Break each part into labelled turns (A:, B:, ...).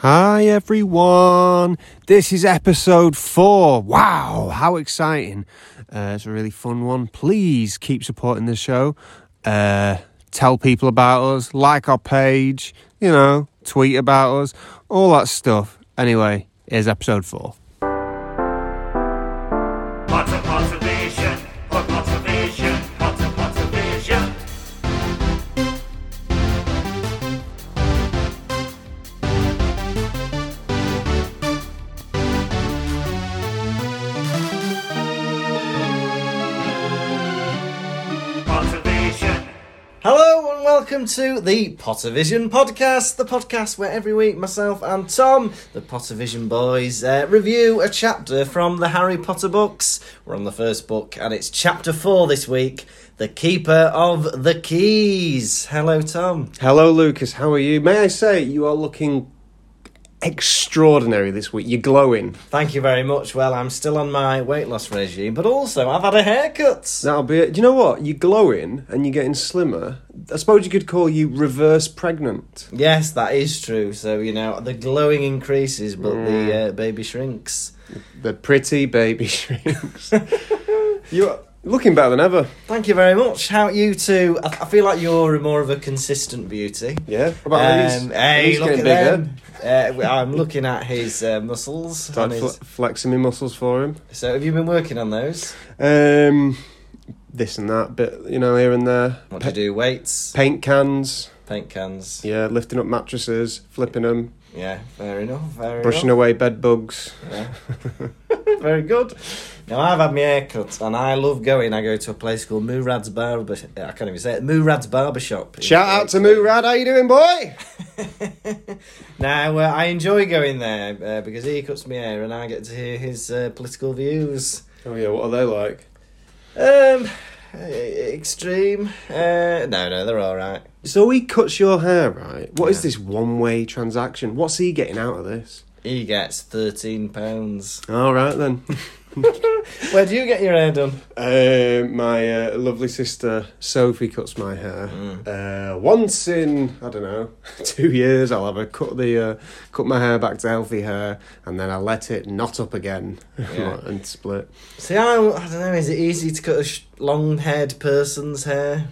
A: Hi everyone. This is episode 4. Wow, how exciting. Uh, it's a really fun one. Please keep supporting the show. Uh, tell people about us, like our page, you know, tweet about us, all that stuff. Anyway, here's episode 4.
B: Pots of conservation, pot conservation, pots of conservation. Conservation.
C: Hello and welcome to the Pottervision podcast, the podcast where every week myself and Tom, the Pottervision boys, uh, review a chapter from the Harry Potter books. We're on the first book and it's chapter four this week, The Keeper of the Keys. Hello, Tom.
A: Hello Lucas, how are you? May I say you are looking extraordinary this week. You're glowing.
C: Thank you very much. Well, I'm still on my weight loss regime, but also I've had a haircut.
A: That'll be it. Do you know what? You're glowing and you're getting slimmer. I suppose you could call you reverse pregnant.
C: Yes, that is true. So, you know, the glowing increases, but the uh, baby shrinks.
A: The pretty baby shrinks. You're looking better than ever.
C: Thank you very much. How you two? I, I feel like you're more of a consistent beauty.
A: Yeah. What about Lily's?
C: Um, hey,
A: Lily's
C: look at
A: getting bigger.
C: them. Uh, w- I'm looking at his uh, muscles. on
A: Start
C: his-
A: fle- flexing my muscles for him.
C: so, have you been working on those?
A: Um, this and that, but you know, here and there.
C: What do
A: Pa-
C: you do? Weights,
A: paint cans.
C: paint cans. Yeah,
A: Yeah, lifting up mattresses, flipping them,
C: fair enough. Fair
A: brushing
C: enough.
A: away bed bugs.
C: Yeah. very good. Now, I've had my hair cut, and I love going. I go to a place called Murad's Barber. I can't even say it. Murad's Barber Shop.
A: Shout out to Murad. How you doing, boy?
C: Now, uh, I enjoy going there uh, because he cuts me hair and I get to hear his uh, political views.
A: Oh yeah, what are they like?
C: Um, e- extreme. Uh, no, no, they're all right.
A: So he cuts your hair, right? What is
C: Yeah.
A: this one way transaction? What's he getting out of this?
C: He gets thirteen pounds.
A: All right then.
C: Where do you get your hair done?
A: uh, my uh, lovely sister Sophie cuts my hair
C: Mm.
A: uh, once in I don't know two years. I'll have her cut the uh, cut my hair back to healthy hair, and then I let it knot up again
C: Yeah.
A: and split.
C: See, I, I don't know. Is it easy to cut a sh- long-haired person's hair?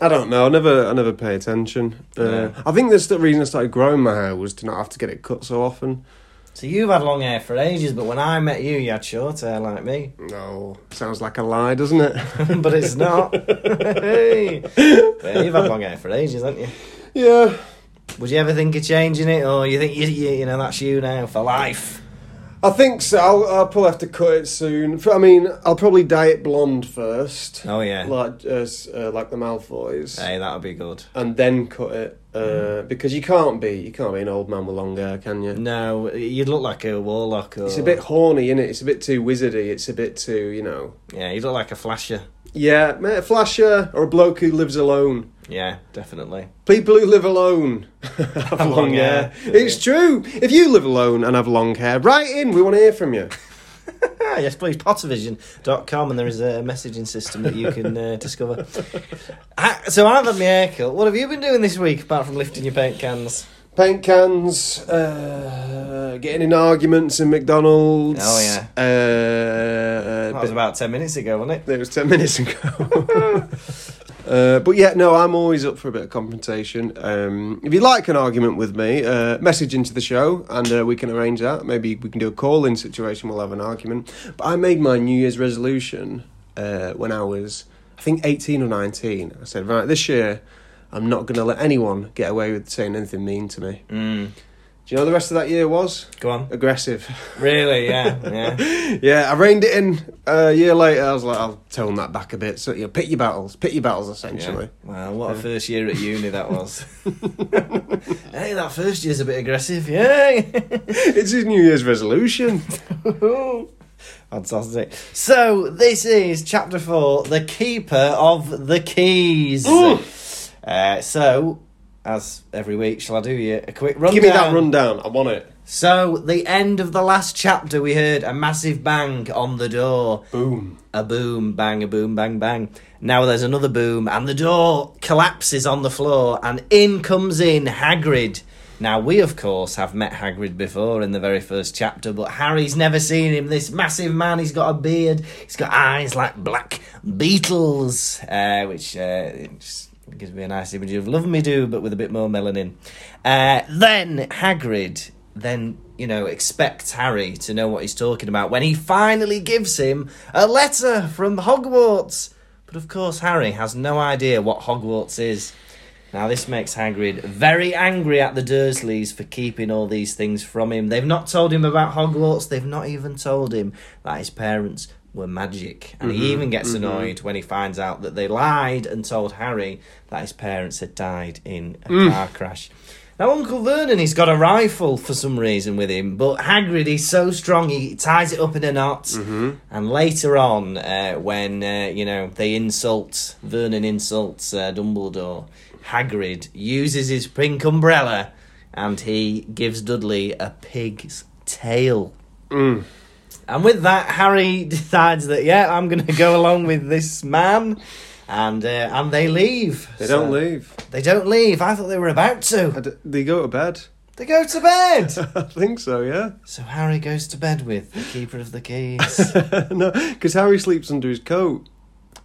A: I don't know. I never I never pay attention. Uh,
C: Yeah.
A: I think that's the reason I started growing my hair was to not have to get it cut so often.
C: So you've had long hair for ages, but when I met you, you had short hair like me.
A: No, sounds like a lie, doesn't it?
C: but it's not. Hey. But you've had long hair for ages, haven't you?
A: yeah.
C: Would you ever think of changing it, or you think you, you, you know that's you now for life?
A: I think so. I'll, I'll probably have to cut it soon. I mean, I'll probably dye it blonde first,
C: Oh yeah.
A: like as uh, like the Malfoys,
C: Hey, that would be good.
A: and then cut it uh, because you can't be you can't be an old man with long hair, can you?
C: Mm. No, you'd look like a warlock. Or...
A: It's a bit horny, is it? It's a bit too wizardy. It's a bit too, you know.
C: Yeah, you look like a flasher.
A: Yeah, mate, a flasher or a bloke who lives alone.
C: Yeah, definitely.
A: People who live alone have long,
C: long
A: hair.
C: hair.
A: It's true. If you live alone and have long hair, write in. We want to hear from you.
C: Ah, yes, please, pottervision.com, and there is a messaging system that you can uh, discover. I, so I've had my haircut. What have you been doing this week apart from lifting your paint cans?
A: paint cans, uh, getting in arguments in McDonald's.
C: Oh, yeah.
A: Uh,
C: That was
A: bit-
C: about 10 minutes ago, wasn't it?
A: it was ten minutes ago. Uh, but yeah, no, I'm always up for a bit of confrontation. Um, if you'd like an argument with me, uh, message into the show and uh, we can arrange that. Maybe we can do a call in situation, we'll have an argument. But I made my New Year's resolution uh, when I was, I think, 18 or 19. I said, right, this year I'm not going to let anyone get away with saying anything mean to me.
C: Mm.
A: Do you know what the rest of that year was?
C: Go on.
A: Aggressive.
C: Really? Yeah, yeah.
A: yeah, I reined it in uh, a year later. I was like, I'll tone that back a bit. So, you know, pick your battles, pick your battles,
C: yeah.
A: essentially.
C: Wow, what a first year at uni that was. hey, that first year's a bit aggressive. Yeah.
A: It's his New Year's resolution.
C: Fantastic. So this is chapter four, the keeper of the keys.
A: Ooh.
C: Uh, so, as every week, shall I do you a quick rundown?
A: Give me that rundown. I want it.
C: So the end of the last chapter, we heard a massive bang on the door.
A: Boom.
C: A boom, bang, a boom, bang, bang. Now there's another boom, and the door collapses on the floor, and in comes in Hagrid. Now, we, of course, have met Hagrid before in the very first chapter, but Harry's never seen him. This massive man, he's got a beard, he's got eyes like black beetles, uh, which uh, it just gives me a nice image of Love Me Do, but with a bit more melanin. Uh, then Hagrid then you know expect Harry to know what he's talking about when he finally gives him a letter from Hogwarts. But of course, Harry has no idea what Hogwarts is. Now, this makes Hagrid very angry at the Dursleys for keeping all these things from him. They've not told him about Hogwarts, they've not even told him that his parents were magic. And he even gets annoyed when he finds out that they lied and told Harry that his parents had died in a car crash. Now, Uncle Vernon, he's got a rifle for some reason with him, but Hagrid, he's so strong, he ties it up in a knot.
A: Mm-hmm.
C: And later on, uh, when, uh, you know, they insult, Vernon insults uh, Dumbledore, Hagrid uses his pink umbrella and he gives Dudley a pig's tail.
A: Mm.
C: And with that, Harry decides that, yeah, I'm going to go along with this man. And uh, and they leave.
A: They
C: So-
A: don't leave.
C: They don't leave. I thought they were about to.
A: I d- they go to bed.
C: They go to bed.
A: I think so, yeah.
C: so Harry goes to bed with the keeper of the keys.
A: no, because Harry sleeps under his coat.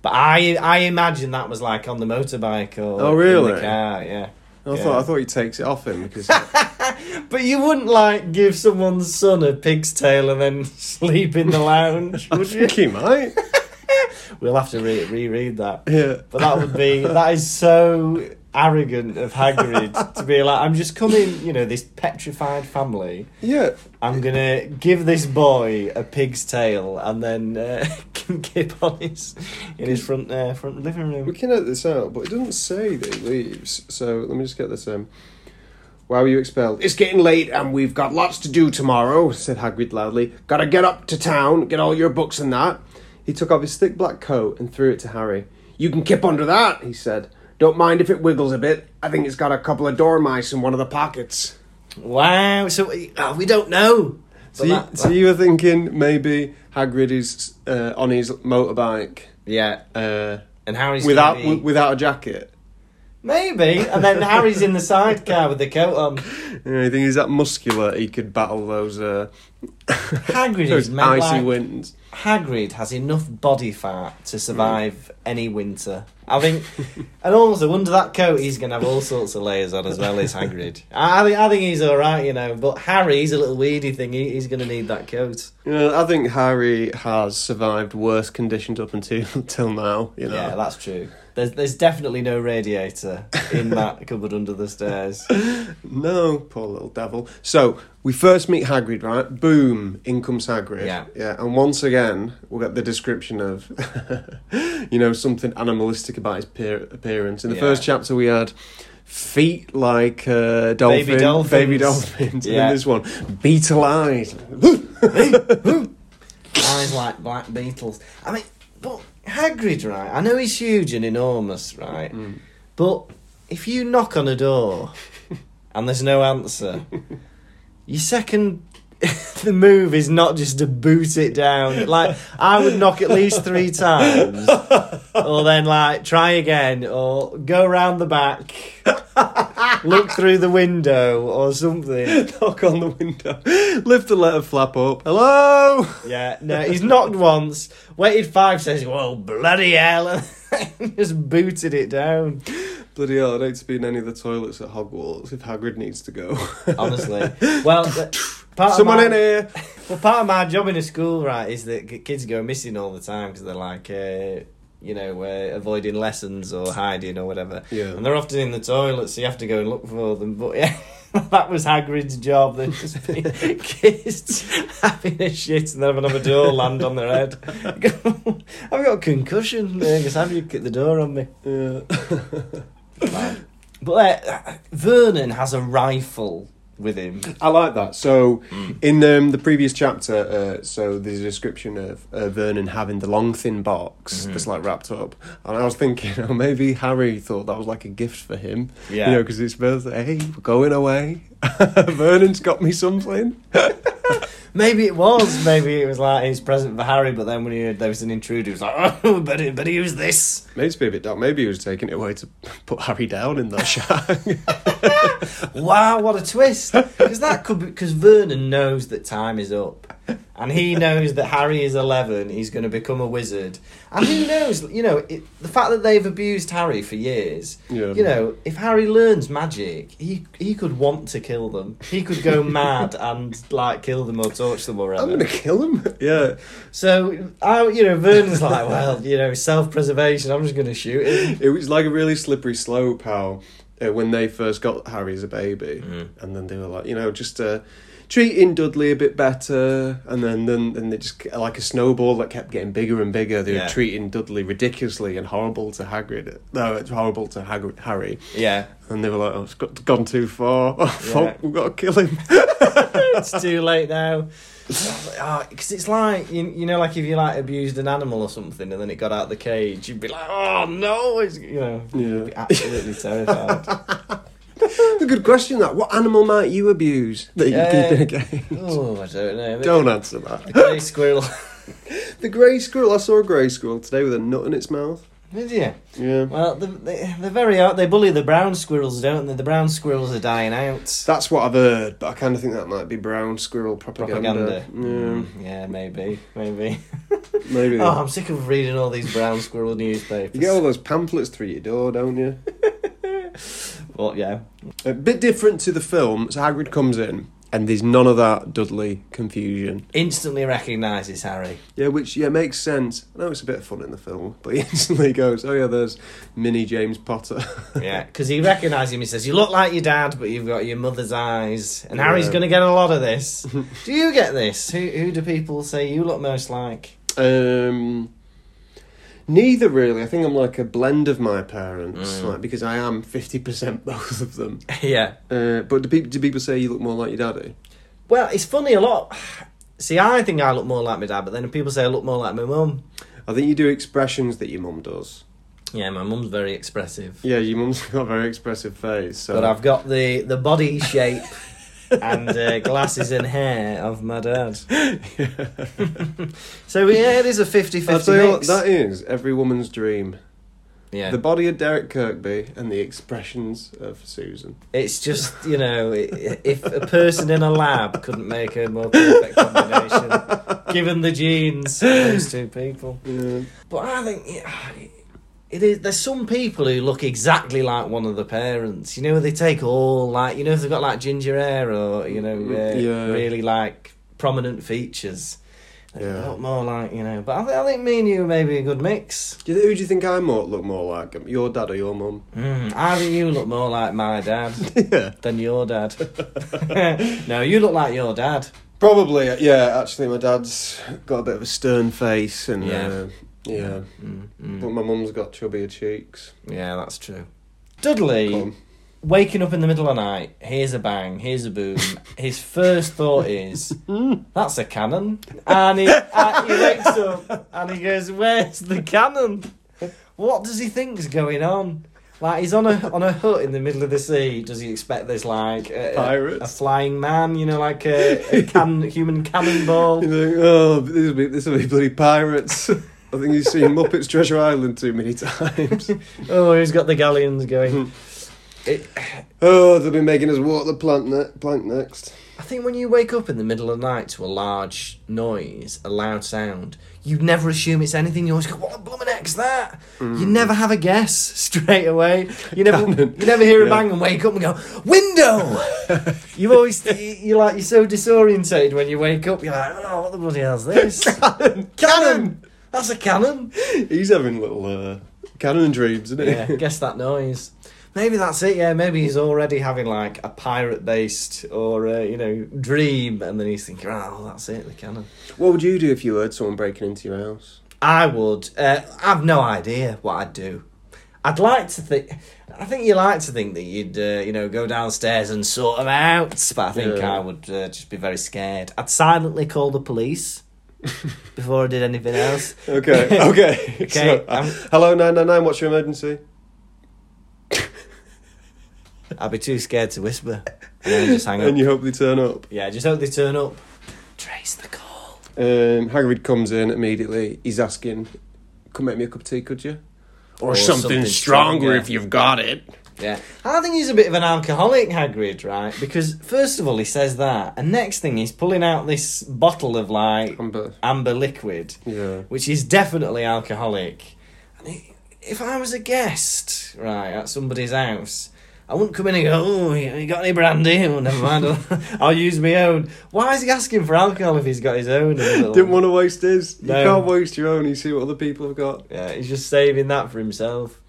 C: but I I imagine that was like on the motorbike or
A: Oh,
C: in
A: really?
C: the car, yeah.
A: I
C: Yeah.
A: thought I thought he takes it off him because
C: But you wouldn't like give someone's son a pig's tail and then sleep in the lounge,
A: I
C: would you?
A: think he might.
C: We'll have to re- reread that.
A: Yeah.
C: But that would be that is so arrogant of Hagrid to be like, I'm just coming, you know, this petrified family.
A: Yeah.
C: I'm gonna give this boy a pig's tail and then uh, keep on his in his front uh, front living
A: We
C: room.
A: can edit this out, but it doesn't say that he leaves. So let me just get this. Um, why were you expelled? It's getting late and we've got lots to do tomorrow, said Hagrid loudly. Gotta get up to town, get all your books and that. He took off his thick black coat and threw it to Harry. You can kip under that, he said. Don't mind if it wiggles a bit. I think it's got a couple of dormice in one of the pockets.
C: Wow! So we, oh, we don't know.
A: So
C: But
A: you,
C: that-
A: so you were thinking maybe Hagrid is uh, on his motorbike
C: yeah,
A: uh,
C: and Harry's
A: without
C: gonna be-
A: without a jacket.
C: maybe, and then Harry's in the sidecar with the coat on.
A: You know, you think he's that muscular, he could battle those uh,
C: Hagrid is
A: those
C: meant
A: icy
C: like-
A: winds.
C: Hagrid has enough body fat to survive any winter. I think, and also under that coat, he's gonna have all sorts of layers on as well as Hagrid. I, I think I think he's all right, you know. But Harry's a little weedy thing. He, he's gonna need that coat.
A: You know, I think Harry has survived worse conditions up until till now. You know,
C: Yeah, that's true. There's there's definitely no radiator in that cupboard under the stairs.
A: no, poor little devil. So we first meet Hagrid, right? Boom, in comes Hagrid.
C: Yeah.
A: yeah. And once again, we'll get the description of, you know, something animalistic about his peer- appearance. In the
C: Yeah.
A: first chapter, we had. Feet like uh, dolphin,
C: dolphins.
A: baby dolphins. And
C: Yeah.
A: in this one, beetle eyes.
C: Eyes like black beetles. I mean, but Hagrid, right? I know he's huge and enormous, right? But if you knock on a door and there's no answer, your second the move is not just to boot it down. Like I would knock at least three times, or then like try again, or go round the back, look through the window, or something.
A: knock on the window, lift the letter flap up. Hello.
C: Yeah, no, he's knocked once, waited five seconds, whoa, bloody hell, and just booted it down.
A: Bloody hell! I'd hate to be in any of the toilets at Hogwarts if Hagrid needs to go.
C: Honestly. Well, th- part of
A: Someone
C: my-
A: in here.
C: Well, part of my job in a school, right, is that k- kids go missing all the time because they're like, uh, you know, uh, avoiding lessons or hiding or whatever.
A: Yeah.
C: And they're often in the toilet, so you have to go and look for them. But yeah, that was Hagrid's job. There's just been kids having a shit and then having another door land on their head. I've got a concussion. Because have you kicked the door on me?
A: Yeah.
C: But uh, Vernon has a rifle with him.
A: I like that. So, in um, the previous chapter, uh, so there's a description of uh, Vernon having the long thin box that's like wrapped up, and I was thinking, oh, maybe Harry thought that was like a gift for him,
C: Yeah.
A: you know, because it's birthday. Hey, we're going away. Vernon's got me something.
C: Maybe it was. Maybe it was like his present for Harry, but then when he heard there was an intruder, he was like, oh, better, better use this.
A: Maybe it's been a bit dark. Maybe he was taking it away to put Harry down in that shack.
C: wow, what a twist! Because that could because Vernon knows that time is up, and he knows that Harry is eleven. He's going to become a wizard, and who knows? You know, it, the fact that they've abused Harry for years.
A: Yeah.
C: You know, if Harry learns magic, he he could want to kill them. He could go mad and like kill them or torture them or whatever.
A: I'm gonna kill him. yeah,
C: So I, you know, Vernon's like, well, you know, self-preservation. I'm just going to shoot him.
A: it was like a really slippery slope how uh, when they first got Harry as a baby, and then they were like, you know, just uh, treating Dudley a bit better, and then then then they just like a snowball that kept getting bigger and bigger. They
C: Yeah.
A: were treating Dudley ridiculously and horrible to Hagrid. No, it's horrible to Hagrid, Harry,
C: Yeah,
A: and they were like, oh, it's got, gone too far. Oh,
C: Yeah.
A: fuck, we've got to kill him.
C: it's too late now. Because it's like you, you know, like if you like abused an animal or something, and then it got out the cage, you'd be like, oh no, it's, you know, you'd be
A: Yeah.
C: absolutely terrified.
A: It's a good question. That what animal might you abuse that you
C: Yeah.
A: keep in a cage?
C: oh, I don't know.
A: Don't answer that.
C: The grey squirrel.
A: The grey squirrel. I saw a grey squirrel today with a nut in its mouth.
C: Did you?
A: Yeah.
C: Well, they, they, they're very out. They bully the brown squirrels, don't they? The brown squirrels are dying out.
A: That's what I've heard, but I kind of think that might be brown squirrel
C: Propaganda.
A: propaganda.
C: Mm, yeah, maybe, maybe.
A: Yeah, maybe.
C: Oh, I'm sick of reading all these brown squirrel newspapers.
A: You get all those pamphlets through your door, don't you?
C: Well, yeah.
A: a bit different to the film. So Hagrid comes in, and there's none of that Dudley confusion.
C: Instantly recognises Harry.
A: Yeah, which yeah makes sense. I know it's a bit of fun in the film, but he instantly goes, "Oh yeah, there's mini James Potter."
C: Yeah, because he recognises him. He says, "You look like your dad, but you've got your mother's eyes." And Harry's
A: Yeah.
C: going to get a lot of this. do you get this? Who who do people say you look most like?
A: Um, neither really. I think I'm like a blend of my parents,
C: Mm.
A: like because I am fifty percent both of them.
C: yeah.
A: Uh, but do people do people say you look more like your daddy?
C: Well, it's funny a lot. See, I think I look more like my dad, but then people say I look more like my mum.
A: I think you do expressions that your mum does.
C: Yeah, my mum's very expressive,
A: Yeah, your mum's got a very expressive face. So
C: but I've got the the body shape and uh, glasses and hair of my dad. So yeah, it is a 50-50
A: I'll tell you what,
C: mix.
A: that is every woman's dream.
C: yeah.
A: The body of Derek Kirkby and the expressions of Susan.
C: It's just, you know, i- if a person in a lab couldn't make a more perfect combination, given the genes of those two people.
A: Yeah.
C: But I think yeah, it is, there's some people who look exactly like one of the parents. You know, they take all, like, you know, if they've got like ginger hair or, you know, uh,
A: Mm, Yeah.
C: really like prominent features. They
A: Yeah.
C: look more like, you know, but I, thi- I think me and you may be a good mix.
A: Do you, who do you think I more, look more like? Your dad or your mum?
C: Mm, I think you look more like my dad.
A: yeah.
C: than your dad. no, you look like your dad.
A: Probably, uh, yeah. Actually, my dad's got a bit of a stern face, and
C: Yeah.
A: yeah, uh, yeah.
C: Mm,
A: But
C: mm.
A: my mum's got chubbier cheeks.
C: Yeah, that's true.
A: Come
C: Dudley,
A: on.
C: waking up in the middle of the night, hears a bang, hears a boom. His first thought is, that's a cannon. And he, and he wakes up and he goes, where's the cannon? What does he think's going on? Like he's on a on a hut in the middle of the sea. Does he expect there's like a, a,
A: Pirates.
C: a flying man, you know, like a, a can, human cannonball?
A: You think, oh, this will be this will be bloody pirates. I think you've seen Muppets Treasure Island too many times.
C: Oh, he's got the galleons going. It,
A: Oh, they'll be making us walk the plank, ne- plank next.
C: I think when you wake up in the middle of the night to a large noise, a loud sound, you never assume it's anything. You always go, "What the blooming heck's that?" You never have a guess straight away. You never,
A: Cannon.
C: you never hear a
A: Yeah.
C: bang and wake up and go, "Window." you always, you like, you're so disorientated when you wake up. You're like, "Oh, what the bloody hell's this?" cannon, cannon. That's a cannon.
A: He's having little uh, cannon dreams, isn't he?
C: yeah, guess that noise. Maybe that's it. Yeah, maybe he's already having like a pirate based or uh, you know dream, and then he's thinking, "Oh, that's it, the cannon."
A: What would you do if you heard someone breaking into your house?
C: I would. Uh, I've no idea what I'd do. I'd like to think. I think you like to think that you'd, uh, you know, go downstairs and sort them out. But I think
A: Yeah.
C: I would uh, just be very scared. I'd silently call the police before I did anything else.
A: Okay, okay,
C: Okay,
A: So, uh,
C: um,
A: hello, nine nine nine. What's your emergency?
C: I'd be too scared to whisper. And then just hang up.
A: And you hope they turn up.
C: Yeah, just hope they turn up. Trace the call.
A: Um, Hagrid comes in immediately. He's asking, "Come make me a cup of tea, could you?" Or,
C: something stronger if
A: you've got it.
C: Yeah. I think he's a bit of an alcoholic, Hagrid, right? Because, first of all, he says that, and next thing, he's pulling out this bottle of, like,
A: Amber.
C: amber liquid,
A: Um, Yeah.
C: which is definitely alcoholic. And i if I was a guest, right, at somebody's house, I wouldn't come in and go, "Oh, you you got any brandy? Oh, never mind. I'll- I'll use my own." Why is he asking for alcohol if he's got his own?
A: Didn't want to waste his. You
C: No.
A: can't waste your own. You see what other people have got.
C: Yeah, he's just saving that for himself.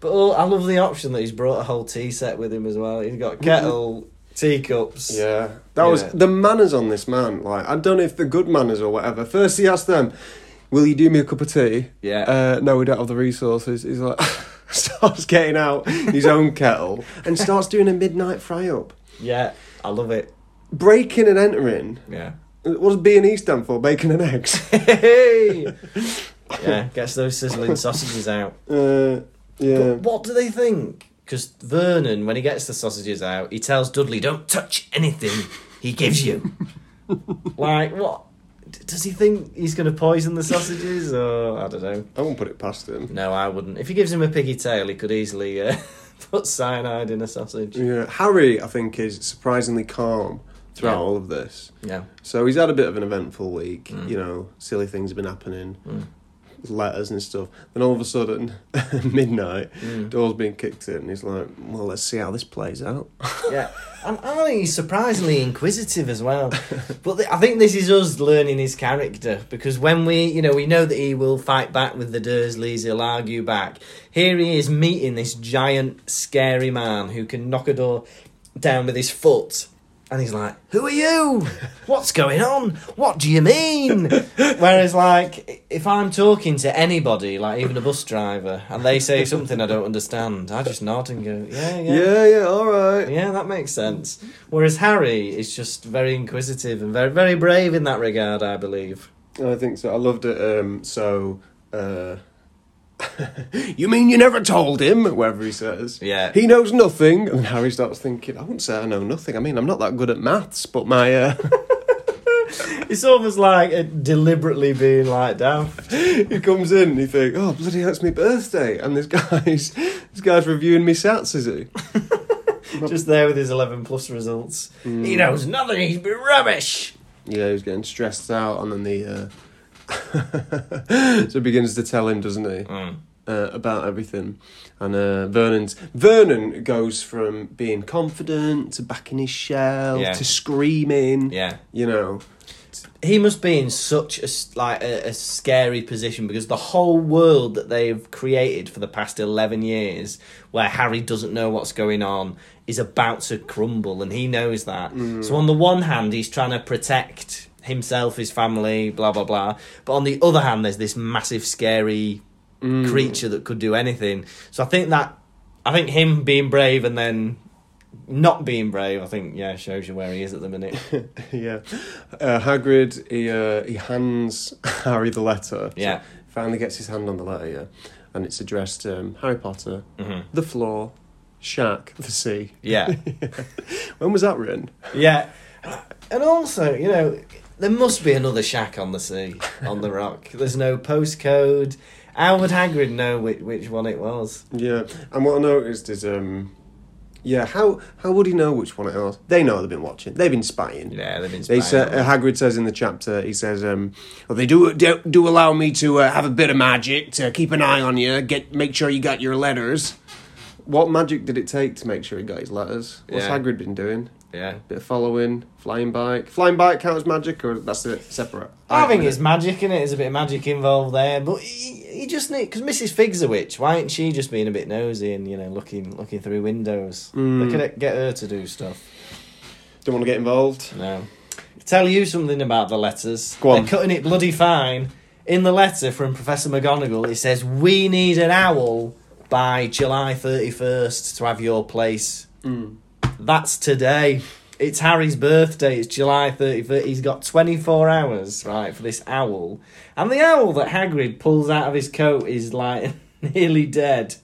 C: But oh, I love the option that he's brought a whole tea set with him as well. He's got kettle, teacups.
A: Mm-hmm. Yeah. That was
C: Yeah.
A: the manners on this man. Like, I don't know if the good manners or whatever. First, he asked them, Will you do me a cup of tea?
C: Yeah.
A: Uh, no, we don't have the resources. He's like, starts getting out his own kettle and starts doing a midnight fry up.
C: Yeah, I love it.
A: Breaking and entering.
C: Yeah.
A: What does B and E stand for? Bacon and eggs.
C: Hey! yeah, gets those sizzling sausages out.
A: uh, yeah.
C: But what do they think? Because Vernon, when he gets the sausages out, he tells Dudley, "Don't touch anything he gives you." like what? D- Does he think he's going to poison the sausages? Or I don't know.
A: I won't put it past him.
C: No, I wouldn't. If he gives him a piggy tail, he could easily uh, put cyanide in a sausage.
A: Yeah. Harry, I think, is surprisingly calm throughout
C: Yeah.
A: all of this.
C: Yeah.
A: So he's had a bit of an eventful week. You know, silly things have been happening, letters and stuff. Then all of a sudden, midnight, doors being kicked in. He's like, "Well, let's see how this plays out."
C: Yeah. And I think he's surprisingly inquisitive as well. But th- I think this is us learning his character because when we, you know, we know that he will fight back with the Dursleys, he'll argue back. Here he is meeting this giant, scary man who can knock a door down with his foot. And he's like, Who are you? What's going on? What do you mean? Whereas, like, if I'm talking to anybody, like even a bus driver, and they say something I don't understand, I just nod and go, Yeah, yeah.
A: yeah, yeah, all right.
C: Yeah, that makes sense. Whereas Harry is just very inquisitive and very, very brave in that regard, I believe.
A: I think so. I loved it. Um, so. Uh, you mean you never told him? Whatever he says.
C: Yeah.
A: He knows nothing. And Harry starts thinking, I wouldn't say I know nothing. I mean, I'm not that good at maths, but my. Uh,
C: It's almost like it deliberately being like daft.
A: he comes in and he thinks, oh, bloody hell, it's my birthday. And this guy's, this guy's reviewing me sats, is he?
C: Just there with his 11 plus results. He knows nothing, he's been rubbish.
A: Yeah, he was getting stressed out, and then the uh, so he begins to tell him, doesn't he,
C: Mm.
A: uh, about everything. And uh, Vernon's Vernon goes from being confident to back in his shell
C: Yeah.
A: to screaming.
C: Yeah.
A: you know,
C: He must be in such a s- like a, a scary position because the whole world that they've created for the past 11 years where Harry doesn't know what's going on is about to crumble and he knows that. So on the one hand he's trying to protect himself, his family, blah blah blah, but on the other hand there's this massive scary creature that could do anything. So I think that I think him being brave and then not being brave, I think yeah shows you where he is at the minute.
A: yeah. Uh, Hagrid he uh, he hands Harry the letter.
C: Yeah.
A: finally gets his hand on the letter. Yeah, and it's addressed um, Harry Potter, the floor, Shack, the sea.
C: Mm-hmm. yeah.
A: When was that written?
C: Yeah. And also, you know, there must be another shack on the sea, on the rock. There's no postcode. How would Hagrid know which, which one it was?
A: Yeah, and what I noticed is, um, yeah, how how would he know which one it was? They know they've been watching. They've been spying.
C: Yeah, they've been
A: They say,
C: spying on
A: uh, Hagrid says in the chapter, he says, um, well, they do, do do allow me to uh, have a bit of magic to keep an eye on you, get make sure you got your letters. What magic did it take to make sure he got his letters? What's
C: Yeah.
A: Hagrid been doing?
C: Yeah.
A: Bit of following, flying bike. Flying bike counts magic, or that's it, separate.
C: I think it's magic in it. There's a bit of magic involved there, but he, he just need because Mrs. Fig's a witch. Why ain't she just being a bit nosy and you know looking looking through windows? They could uh, get her to do stuff.
A: Don't want to get involved.
C: No. Tell you something about the letters.
A: Go on.
C: They're cutting it bloody fine. In the letter from Professor McGonagall, it says, We need an owl by July 31st to have your place.
A: Mm.
C: That's today. It's Harry's birthday. It's July 31st. He's got 24 hours, right, for this owl. And the owl that Hagrid pulls out of his coat is like nearly dead.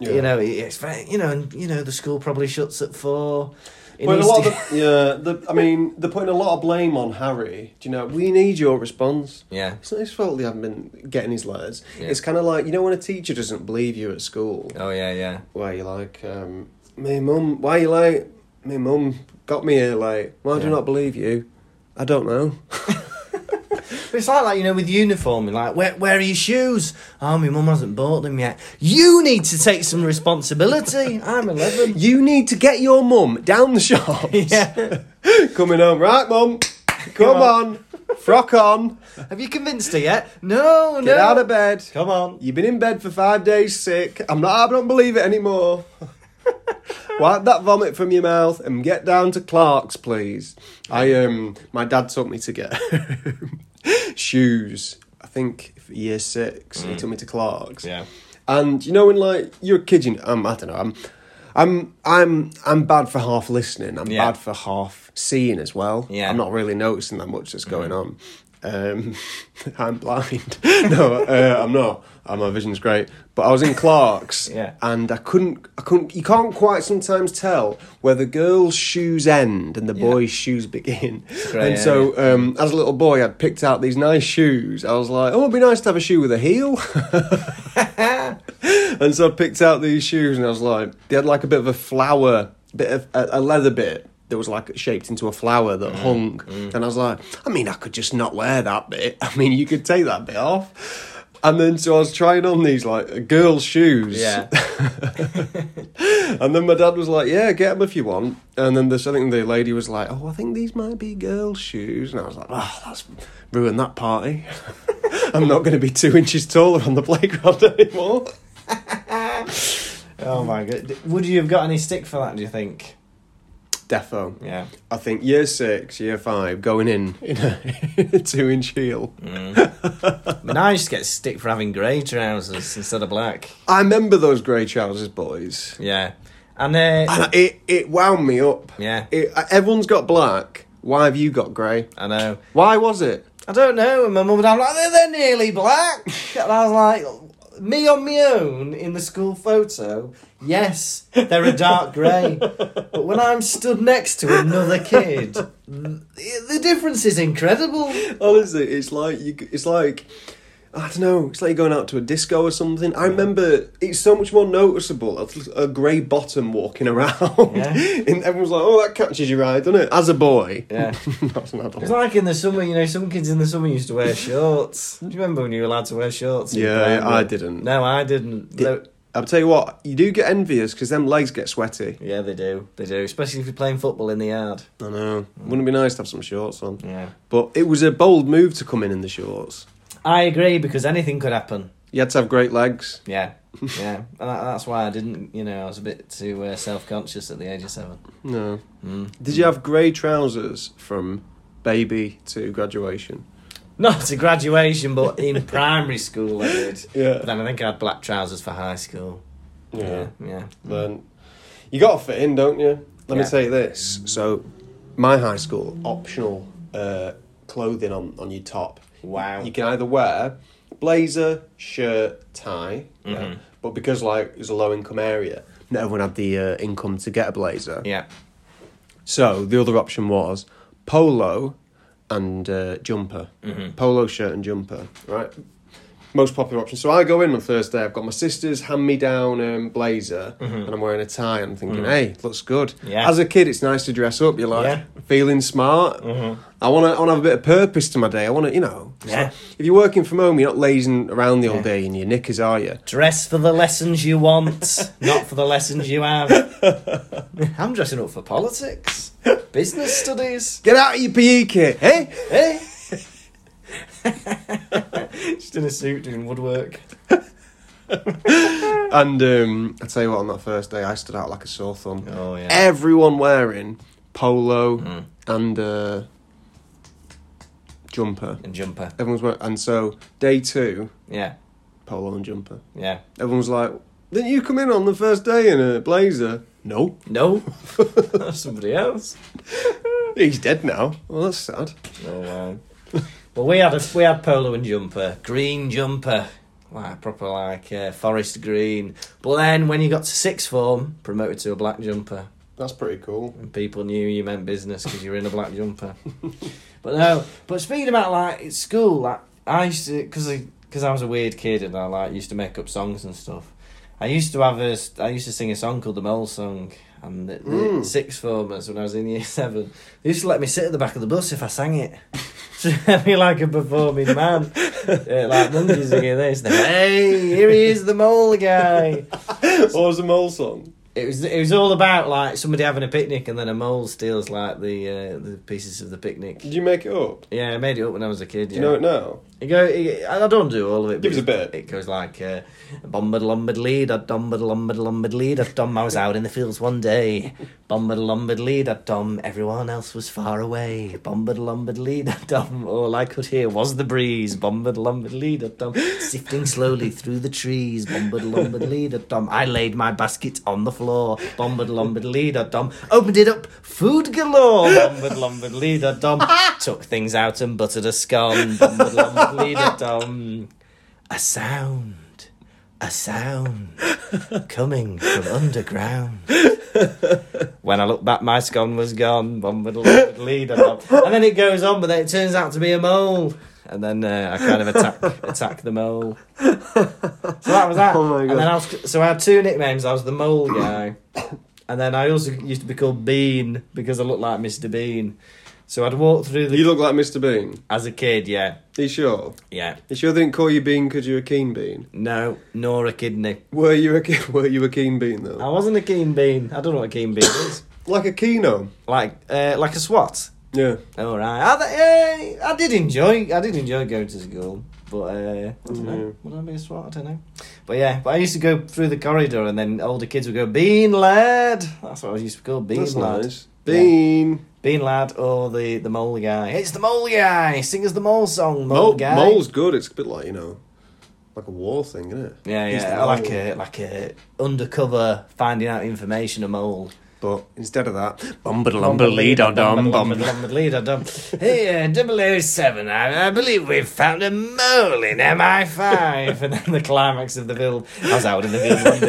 A: Yeah.
C: You know, it's very, you know, and you know the school probably shuts at four. It
A: But a
C: needs
A: lot
C: to-
A: of the, yeah, the, I mean, they're putting a lot of blame on Harry. Do you know? We need your response.
C: Yeah.
A: it's not his fault he hasn't been getting his letters.
C: Yeah.
A: It's kind of like you know when a teacher doesn't believe you at school,
C: Oh yeah, yeah.
A: where you're like, um, "My mum, why are you late? My mum got me here late. Why do
C: Yeah.
A: you not believe you? I don't know."
C: But it's like that, you know, with uniform. You're like, where, where are your shoes? Oh, my mum hasn't bought them yet. You need to take some responsibility. I'm 11.
A: You need to get your mum down the shops.
C: Yeah.
A: Coming home, right, mum? Come on, frock on,
C: Have you convinced her yet? No, no.
A: get out of bed.
C: Come on.
A: You've been in bed for five days sick. I'm not. I don't believe it anymore. Wipe that vomit from your mouth and get down to Clark's, please. I um, my dad took me to get shoes. I think for year six. He took me to Clark's.
C: Mm. Yeah.
A: And you know when like you're a kid, you know, um, I don't know. I'm, I'm, I'm, I'm bad for half listening. I'm
C: Yeah.
A: bad for half seeing as well.
C: Yeah.
A: I'm not really noticing that much that's
C: Mm-hmm.
A: going on. Um, I'm blind. no, uh, I'm not. Uh, my vision's great. But I was in Clark's,
C: Yeah.
A: and I couldn't, I couldn't. You can't quite sometimes tell where the girl's shoes end and the boy's shoes begin.
C: grey
A: and so, um, as a little boy, I'd picked out these nice shoes. I was like, "Oh, it'd be nice to have a shoe with a heel." and so I picked out these shoes, and I was like, they had like a bit of a flower, bit of a, a leather bit that was like shaped into a flower that hung. And I was like, I mean, I could just not wear that bit. I mean, you could take that bit off. And then so I was trying on these like girl shoes.
C: Yeah.
A: And then my dad was like, "Yeah, get them if you want." And then this, I think the lady was like, "Oh, I think these might be girl shoes," and I was like, "Oh, that's ruined that party. I'm not going to be two inches taller on the playground anymore."
C: Oh my god. Would you have got any stick for that, do you think?
A: Defo.
C: Yeah.
A: I think year six, year five, going in in a, two-inch heel.
C: Mm. But now I just get stick for having grey trousers instead of black.
A: I remember those grey trousers, boys.
C: Yeah. And uh,
A: And it it wound me up.
C: Yeah.
A: It, everyone's got black. Why have you got grey?
C: I know.
A: Why was it?
C: I don't know. And my mum and dad were like, they're, they're nearly black. And I was like, me on my own in the school photo, yes, they're a dark grey. but when I'm stood next to another kid, th- the difference is incredible.
A: Honestly, Oh, it's like you. It's like I don't know. It's like going out to a disco or something. I remember it's so much more noticeable a, a grey bottom walking around,
C: Yeah.
A: and everyone's like, "Oh, that catches your eye, doesn't it?" As a boy,
C: Yeah.
A: not an adult.
C: It's like in the summer, you know, some kids in the summer used to wear shorts. Do you remember when you were allowed to wear shorts? in
A: Yeah,
C: primary?
A: I didn't.
C: No, I didn't. No-
A: I'll tell you what, you do get envious because them legs get sweaty.
C: Yeah, they do. They do, especially if you're playing football in the yard.
A: I know. Wouldn't it be nice to have some shorts on?
C: Yeah.
A: But it was a bold move to come in in the shorts.
C: I agree because anything could happen.
A: You had to have great legs.
C: Yeah, yeah. And that, that's why I didn't, you know, I was a bit too uh, self conscious at the age of seven.
A: No. Did you have grey trousers from baby to graduation?
C: Not to graduation, but in primary school I did.
A: Yeah.
C: But then I think I had black trousers for high school. Yeah. yeah.
A: Then you got to fit in, don't you? Let me
C: Yeah.
A: tell you this. So, my high school optional uh, clothing on on your top.
C: Wow.
A: You can either wear blazer, shirt, tie. yeah.
C: Mm-hmm.
A: But because like it was a low income area, not everyone had the uh, income to get a blazer.
C: Yeah.
A: So the other option was polo and uh, jumper.
C: Mm-hmm.
A: Polo shirt and jumper, right? Most popular option. So I go in on Thursday. I've got my sister's hand-me-down um, blazer, and I'm wearing a tie. And I'm thinking, hey, looks good.
C: Mm-hmm. Mm. Yeah.
A: As a kid, it's nice to dress up. You're like
C: Yeah. Mm-hmm.
A: feeling smart. I want to. I want to have a bit of purpose to my day. I want to, you know. it's
C: Yeah.
A: like, if you're working from home, you're not lazing around the all
C: Yeah.
A: day in your knickers, are you?
C: Dress for the lessons you want, not for the lessons you have. I'm dressing up for politics, business studies.
A: Get out of your PE kit, eh?
C: Hey! Just in a suit doing woodwork.
A: And um, I tell you what, on that first day, I stood out like a sore thumb.
C: Oh, yeah. Mm.
A: Everyone wearing polo and uh, jumper.
C: And jumper.
A: Everyone's wearing, and so day two,
C: Yeah,
A: polo and jumper.
C: yeah.
A: Everyone's like, "Didn't you come in on the first day in a blazer?" No,
C: No, that's somebody else.
A: he's dead now. Well, that's sad.
C: Oh wow. well, we had a, we had polo and jumper, green jumper, like proper like uh, forest green. But then when you got to sixth form, promoted to a black jumper.
A: That's pretty cool.
C: And people knew you meant business because you were in a black jumper. but no, but speaking about like at school, like I used to because because I, was a weird kid and I like used to make up songs and stuff. I used to have a s- I used to sing a song called the Mole Song, and the, the
A: Mm.
C: sixth formers when I was in year seven they used to let me sit at the back of the bus if I sang it. So I feel like a performing man, Yeah, like monkeys singing this. They're, hey, here he is, the mole guy.
A: what was the mole song?
C: It was it was all about like somebody having a picnic and then a mole steals like the uh, the pieces of the picnic.
A: Did you make it up?
C: Yeah, I made it up when I was a kid.
A: Do
C: Yeah.
A: you know it now?
C: It go. It, I don't do all of it.
A: Give
C: but
A: us a bit.
C: It goes like uh, bombard lombard lead a dumbard lombard lombard lead a dum. I was out in the fields one day. Bombard lombard lead a dum. Everyone else was far away. Bombard lombard lead a dum. All I could hear was the breeze. Bombard lombard lead a dum. Sifting slowly through the trees. Bombard lombard lead a dum. I laid my basket on the floor. Bombard lombard lead a dum. Opened it up. Food galore. Bombard lombard lead a dum. Took things out and buttered a scone. Bombard lombard lead a dum. A sound, a sound coming from underground. when I looked back, my scone was gone. Bum, ba, da, lum, ba, lee, da, dum. And then it goes on, but then it turns out to be a mole. And then uh, I kind of attack attack the mole. So that was that.
A: Oh my
C: And then
A: God.
C: I was, so I had two nicknames. I was the mole guy, and then I also used to be called Bean because I looked like Mr. Bean. So I'd walk through the
A: You look like Mr. Bean.
C: as a kid. Yeah,
A: Are you sure?
C: yeah.
A: You sure they didn't call you Bean because you were Keen Bean?
C: No, nor a kidney.
A: Were you a ke- were you a Keen Bean though?
C: I wasn't a keen bean. I don't know what a keen bean is.
A: Like a Keno.
C: Like, uh, like a SWAT.
A: Yeah.
C: All right. I, th- eh, I did enjoy. I did enjoy going to school, but uh, I don't
A: Mm.
C: know. Would I be a SWAT? I don't know. But yeah, but I used to go through the corridor, and then older kids would go, "Bean lad." That's what I used to call bean
A: That's
C: lad.
A: nice. Bean.
C: Bean lad or the the mole guy. It's the mole guy. Sing us the mole song, mole,
A: Mole,
C: guy.
A: Oh, mole's good. It's a bit like you know, like a war thing, isn't it?
C: Yeah,
A: He's the
C: yeah.
A: mole.
C: Like a like a undercover finding out information. A mole.
A: But instead of that,
C: Bum-ba-da-lum-ba-lee-da-dum. Hey, uh, 007, I, I believe we've found a mole in MI5. And then the climax of the build, I was out in the field one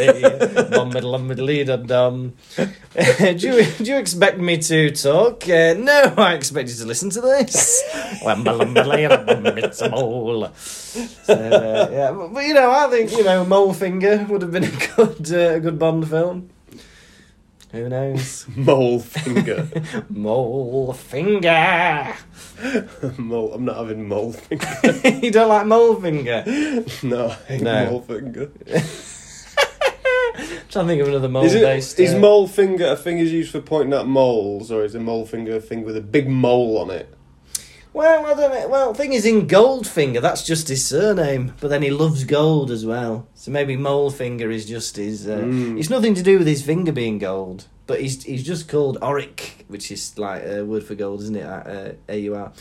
C: day. Bum-ba-da-lum-ba-lee-da-dum. Uh, do, you, do you expect me to talk? Uh, no, I expect you to listen to this. Lum-ba-lum-ba-lee-da-dum, it's a mole. So, uh, yeah, but, but, you know, I think, you know, Mole Finger would have been a good, uh, a good Bond film. Who knows?
A: mole finger.
C: Mole finger.
A: mole. I'm not having mole finger.
C: you don't like mole finger? I'm
A: No, I hate
C: No.
A: mole finger.
C: trying to think of another mole
A: Is,
C: based.
A: it, is mole finger a thing is used for pointing at moles, or is a mole finger a thing with a big mole on it?
C: Well, I don't know. Well, thing is, in Goldfinger, that's just his surname. But then he loves gold as well. So maybe mole finger is just his. Uh,
A: Mm.
C: It's nothing to do with his finger being gold. But he's he's just called Auric, which is like a word for gold, isn't it? Like, Uh, A U R.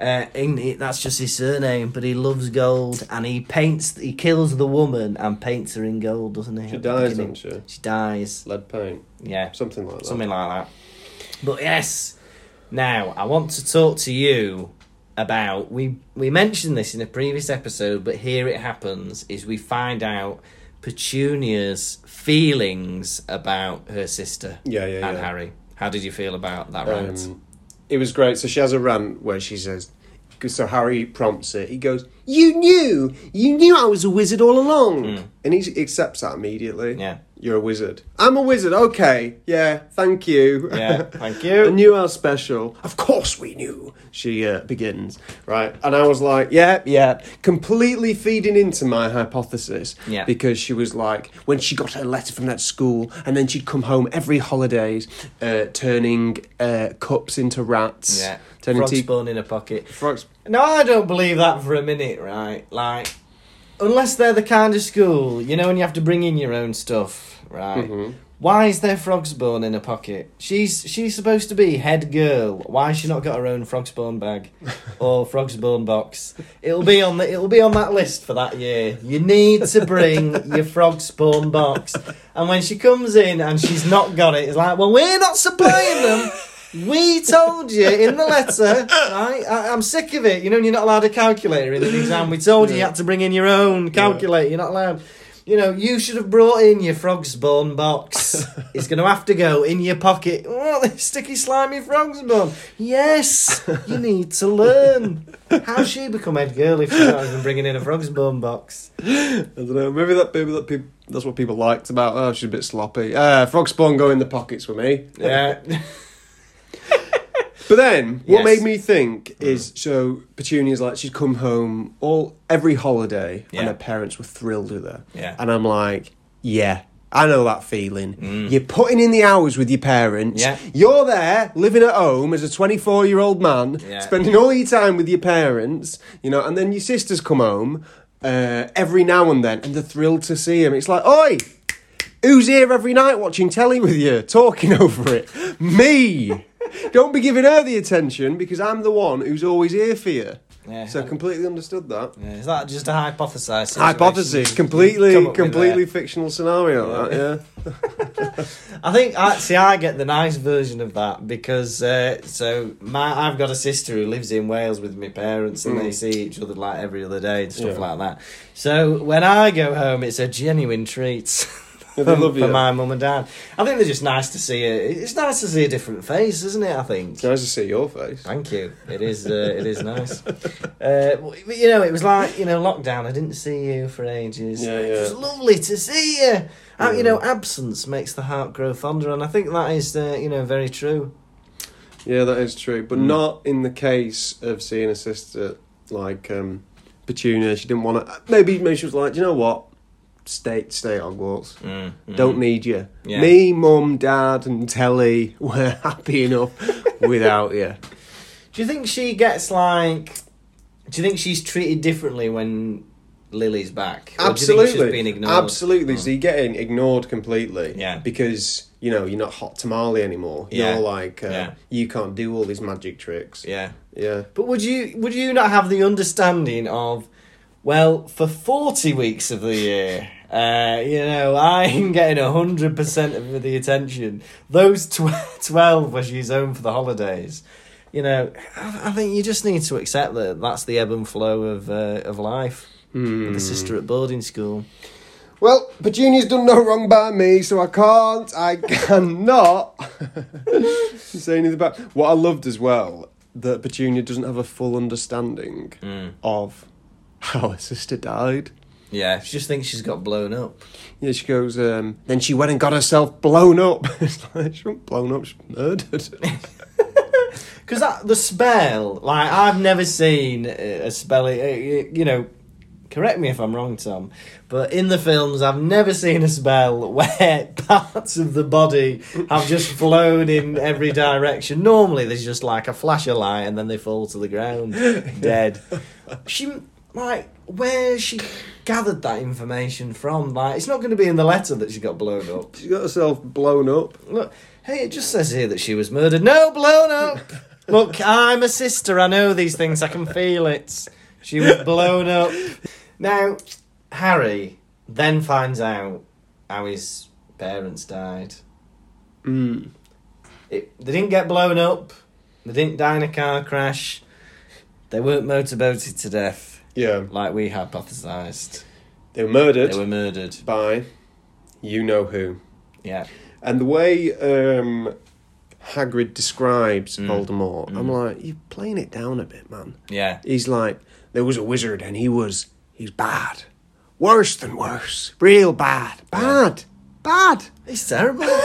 C: Uh, in it, that's just his surname, but he loves gold and he paints. He kills the woman and paints her in gold, doesn't he?
A: She
C: at the
A: dies,
C: beginning?
A: doesn't she?
C: She dies.
A: Lead paint,
C: Yeah,
A: something like that.
C: something like that. But yes, now I want to talk to you about we we mentioned this in a previous episode, but here it happens is we find out Petunia's feelings about her sister
A: Yeah, yeah,
C: and
A: yeah.
C: Harry. How did you feel about that
A: Um,
C: rant?
A: it was great. So she has a rant where she says, 'cause so Harry prompts her. He goes, "You knew, you knew I was a wizard all along," and he accepts that immediately.
C: Mm. Yeah.
A: you're a wizard. I'm a wizard. Okay, yeah, thank you.
C: Yeah, thank you.
A: I knew how special. Of course, we knew. She uh, begins right, and I was like, yeah, yeah, completely feeding into my hypothesis.
C: Yeah.
A: because she was like, when she got her letter from that school, and then she'd come home every holidays, uh, turning uh, cups into rats.
C: yeah,
A: turning
C: frog
A: tea.
C: spawn in a pocket.
A: Frogs.
C: No, I don't believe that for a minute, right? Like, unless they're the kind of school, you know, and you have to bring in your own stuff, right? Why is there frog's bone in her pocket? She's she's supposed to be head girl. Why has she not got her own frog's bone bag or frog's bone box? It'll be on the it'll be on that list for that year. You need to bring your frog's bone box. And when she comes in and she's not got it, it's like, well, we're not supplying them. We told you in the letter, right? I, I'm sick of it. You know, you're not allowed a calculator in an exam. We told you you had to bring in your own calculator. You're not allowed. you know, you should have brought in your frog's bone box. it's going to have to go in your pocket. Oh, this sticky, slimy frog's bone. Yes, you need to learn. How's she become head girl if she's not even bringing in a frog's bone box?
A: I don't know. Maybe that maybe that peop that's what people liked about. Oh, she's a bit sloppy. Uh, frog spawn go in the pockets with me.
C: Yeah.
A: But then,
C: Yes. Mm.
A: what made me think is so Petunia's like she'd come home all every holiday,
C: Yeah.
A: and her parents were thrilled with her.
C: Yeah.
A: and I'm like, yeah. I know that feeling. You're putting in the hours with your parents.
C: Mm. Yeah.
A: You're there living at home as a 24 year old man,
C: Yeah.
A: spending all your time with your parents, you know, and then your sisters come home uh, every now and then and they're thrilled to see him. It's like, oi, Who's here every night watching telly with you, talking over it? Me! Don't be giving her the attention because I'm the one who's always here for you.
C: Yeah.
A: So I completely understood that.
C: Yeah, Is that just a hypothesis?
A: Hypothesis,
C: Come
A: completely,
C: up with
A: completely
C: that.
A: fictional scenario. Yeah. That, yeah.
C: I think actually I get the nice version of that because uh, so my I've got a sister who lives in Wales with my parents and they see each other like every other day and stuff
A: Mm. Yeah.
C: like that. So when I go home, it's a genuine treat.
A: Yeah, they
C: for-
A: love
C: for
A: you.
C: my mum and dad. I think they're just nice to see it. It's nice to see a different face, isn't it? I think.
A: It's nice to see your face.
C: Thank you. It is. Uh, it is nice. Uh, but, you know, it was like you know lockdown. I didn't see you for ages.
A: Yeah,
C: It
A: yeah.
C: was lovely to see you. Uh,
A: Yeah.
C: You know, absence makes the heart grow fonder, and I think that is uh, you know very true.
A: Yeah, that is true.
C: Hmm.
A: But not in the case of seeing a sister like um, Petunia. She didn't want to. Maybe, maybe she was like, Do you know what? Stay, stay at Hogwarts. Don't need you.
C: Mm-hmm. Yeah.
A: Me, mum, dad, and telly, we're happy enough without you.
C: Do you think she gets like? Do you think she's treated differently when Lily's back? Or Do you think she's been ignored? Hmm.
A: Absolutely. So you're getting ignored completely.
C: Yeah.
A: Because, you know, you're not hot tamale anymore.
C: Yeah.
A: You're like, uh,
C: Yeah.
A: you can't do all these magic tricks.
C: Yeah.
A: Yeah.
C: But would you would you not have the understanding of, well, for forty weeks of the year, uh, you know, I'm getting hundred percent of the attention. Those tw- twelve where she's home for the holidays, you know, I, I think you just need to accept that that's the ebb and flow of uh, of life. With the sister at boarding school.
A: Well, Petunia's done no wrong by me, so I can't, I cannot say anything about. What I loved as well that Petunia doesn't have a full understanding
C: Hmm.
A: of how her sister died.
C: Yeah, she just thinks she's got blown up.
A: Yeah, she goes. Um, then she went and got herself blown up. it's like she wasn't blown up; she was murdered.
C: Because the spell, like, I've never seen a a spell, uh, you know, correct me if I'm wrong, Tom, but in the films, I've never seen a spell where parts of the body have just flown in every direction. Normally, there's just like a flash of light and then they fall to the ground dead. She, like, where she gathered that information from, like, it's not going to be in the letter that she got blown up.
A: she got herself blown up.
C: Look, hey, it just says here that she was murdered. No, blown up. Look, I'm a sister. I know these things. I can feel it. She was blown up. Now, Harry then finds out how his parents died. Hmm.
A: Mm.
C: It, they didn't get blown up. They didn't die in a car crash. They weren't motorboated to death
A: Yeah,
C: like we hypothesised.
A: they were murdered
C: They were murdered.
A: by you know who.
C: Yeah.
A: And the way um, Hagrid describes
C: Mm.
A: Voldemort, I'm like, you're playing it down a bit, man.
C: Yeah.
A: He's like, there was a wizard and he was, he's bad. Worse than worse. Real bad. Bad. Bad.
C: He's terrible.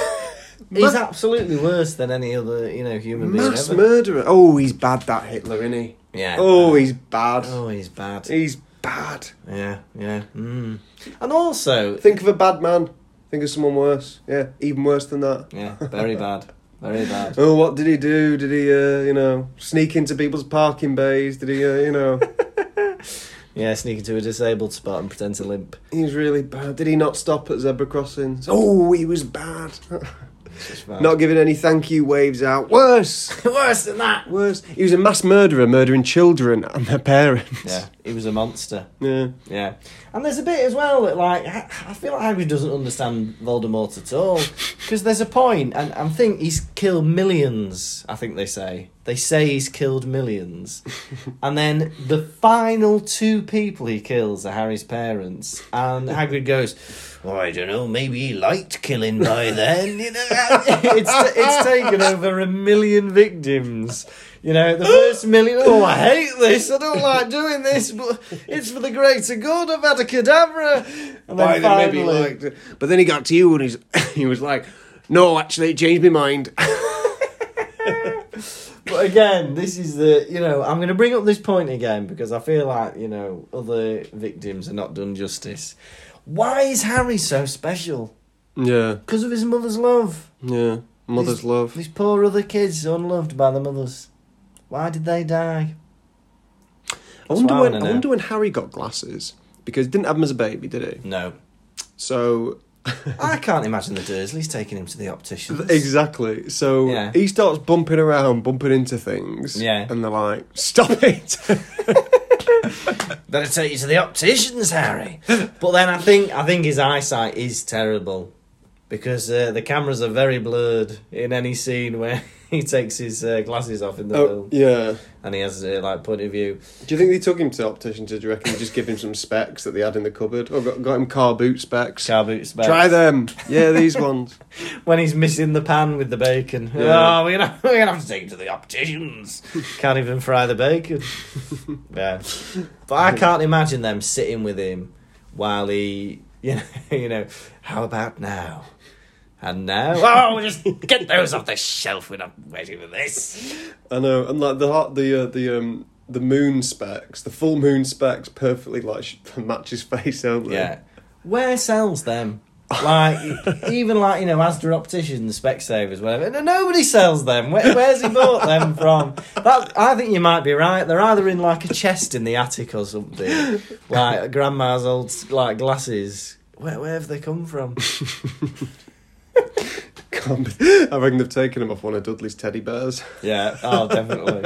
C: He's absolutely worse than any other, you know, human being
A: Mass
C: ever.
A: murderer. Oh, he's bad, that Hitler, isn't he?
C: Yeah.
A: Oh, he's bad.
C: Oh, he's bad.
A: He's bad.
C: Yeah, yeah. Mm. And also,
A: Think of a bad man. Think of someone worse. Yeah, even worse than that.
C: yeah, very bad, very bad.
A: Oh, what did he do? Did he, uh, you know, sneak into people's parking bays? Did he, uh, you know,
C: Yeah, sneak into a disabled spot and pretend to limp.
A: he was really bad. Did he not stop at zebra crossings? Oh, he was bad.
C: It's bad.
A: not giving any thank you waves out. Worse.
C: worse than that.
A: Worse. He was a mass murderer, murdering children and their parents.
C: Yeah, He was a monster.
A: Yeah.
C: Yeah, and there's a bit as well that like I I feel like Hagrid doesn't understand Voldemort at all because there's a point, and I think he's killed millions. I think they say they say he's killed millions, and then the final two people he kills are Harry's parents, and Hagrid goes. "Oh, I don't know. Maybe he liked killing by then. You know, it's it's taken over a million victims. You know, the first million. Oh, I hate this. I don't like doing this, but it's for the greater good. I've had a cadabra. And
A: By
C: then
A: then, maybe
C: finally,
A: he liked it. But then he got to you and he's, he was like, no, actually, it changed my mind.
C: but again, this is the you know I'm going to bring up this point again because I feel like you know other victims are not done justice. Why is Harry so special?
A: yeah,
C: Because of his mother's love.
A: yeah. Mother's
C: These-
A: love.
C: These poor other kids, unloved by the mothers. Why did they die?
A: I wonder,
C: what I
A: when,
C: wanna
A: I
C: know.
A: wonder when Harry got glasses. Because he didn't have them as a baby, did he?
C: No.
A: So
C: I can't imagine the Dursleys taking him to the opticians.
A: Exactly. So
C: Yeah.
A: he starts bumping around, bumping into things.
C: Yeah.
A: And they're like, stop it.
C: Better take you to the opticians, Harry. but then I think I think his eyesight is terrible because uh, the cameras are very blurred in any scene where he takes his uh, glasses off in the
A: oh,
C: film
A: yeah.
C: and he has uh, like point of view.
A: Do you think they took him to opticians? Did you reckon they just give him some specs that they had in the cupboard? Or got, got him car boot specs?
C: Car boot specs.
A: Try them. Yeah, these ones.
C: when he's missing the pan with the bacon.
A: Yeah.
C: Oh, we're gonna, we're gonna have to take it to the opticians. can't even fry the bacon. yeah, but I can't imagine them sitting with him while he, you know, you know, how about now? And now, oh, we'll just get those off the shelf. We're not waiting for this.
A: I know. And like the heart- the uh, the um the moon specs, the full moon specs, perfectly like sh- match his face, don't they?
C: Yeah, where sells them? like even like you know Asda opticians, Specsavers, whatever. No, nobody sells them. Where, where's he bought them from? That I think you might be right. They're either in like a chest in the attic or something, like grandma's old like glasses. Where where have they come from?
A: Can't be- I reckon they've taken him off one of Dudley's teddy bears.
C: Yeah, oh definitely.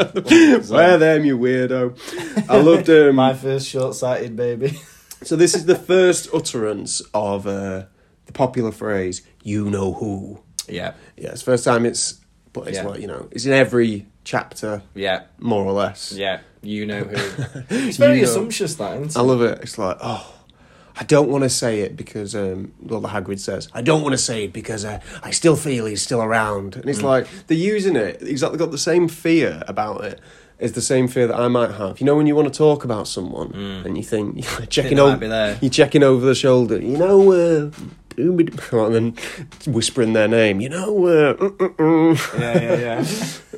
A: Wear them, you weirdo. I loved um,
C: My first short-sighted baby.
A: So this is the first utterance of uh, the popular phrase "you know who."
C: Yeah,
A: Yeah, it's the first time it's, but it's
C: Yeah.
A: like you know, it's in every chapter,
C: yeah,
A: more or less.
C: yeah. You know who. It's very
A: You know.
C: assumptuous, that. Isn't
A: I
C: it?
A: love it. It's like oh. I don't want to say it because, um, well, the Hagrid says, I don't want to say it because uh, I still feel he's still around. And
C: Mm.
A: it's like, they're using it, exactly got the same fear about it as the same fear that I might have. You know, when you want to talk about someone and you think, you're
C: Mm.
A: checking
C: they might
A: over,
C: be there.
A: you're checking over the shoulder, you know, uh, and then whispering their name, you know, uh, mm, mm, mm.
C: Yeah, yeah,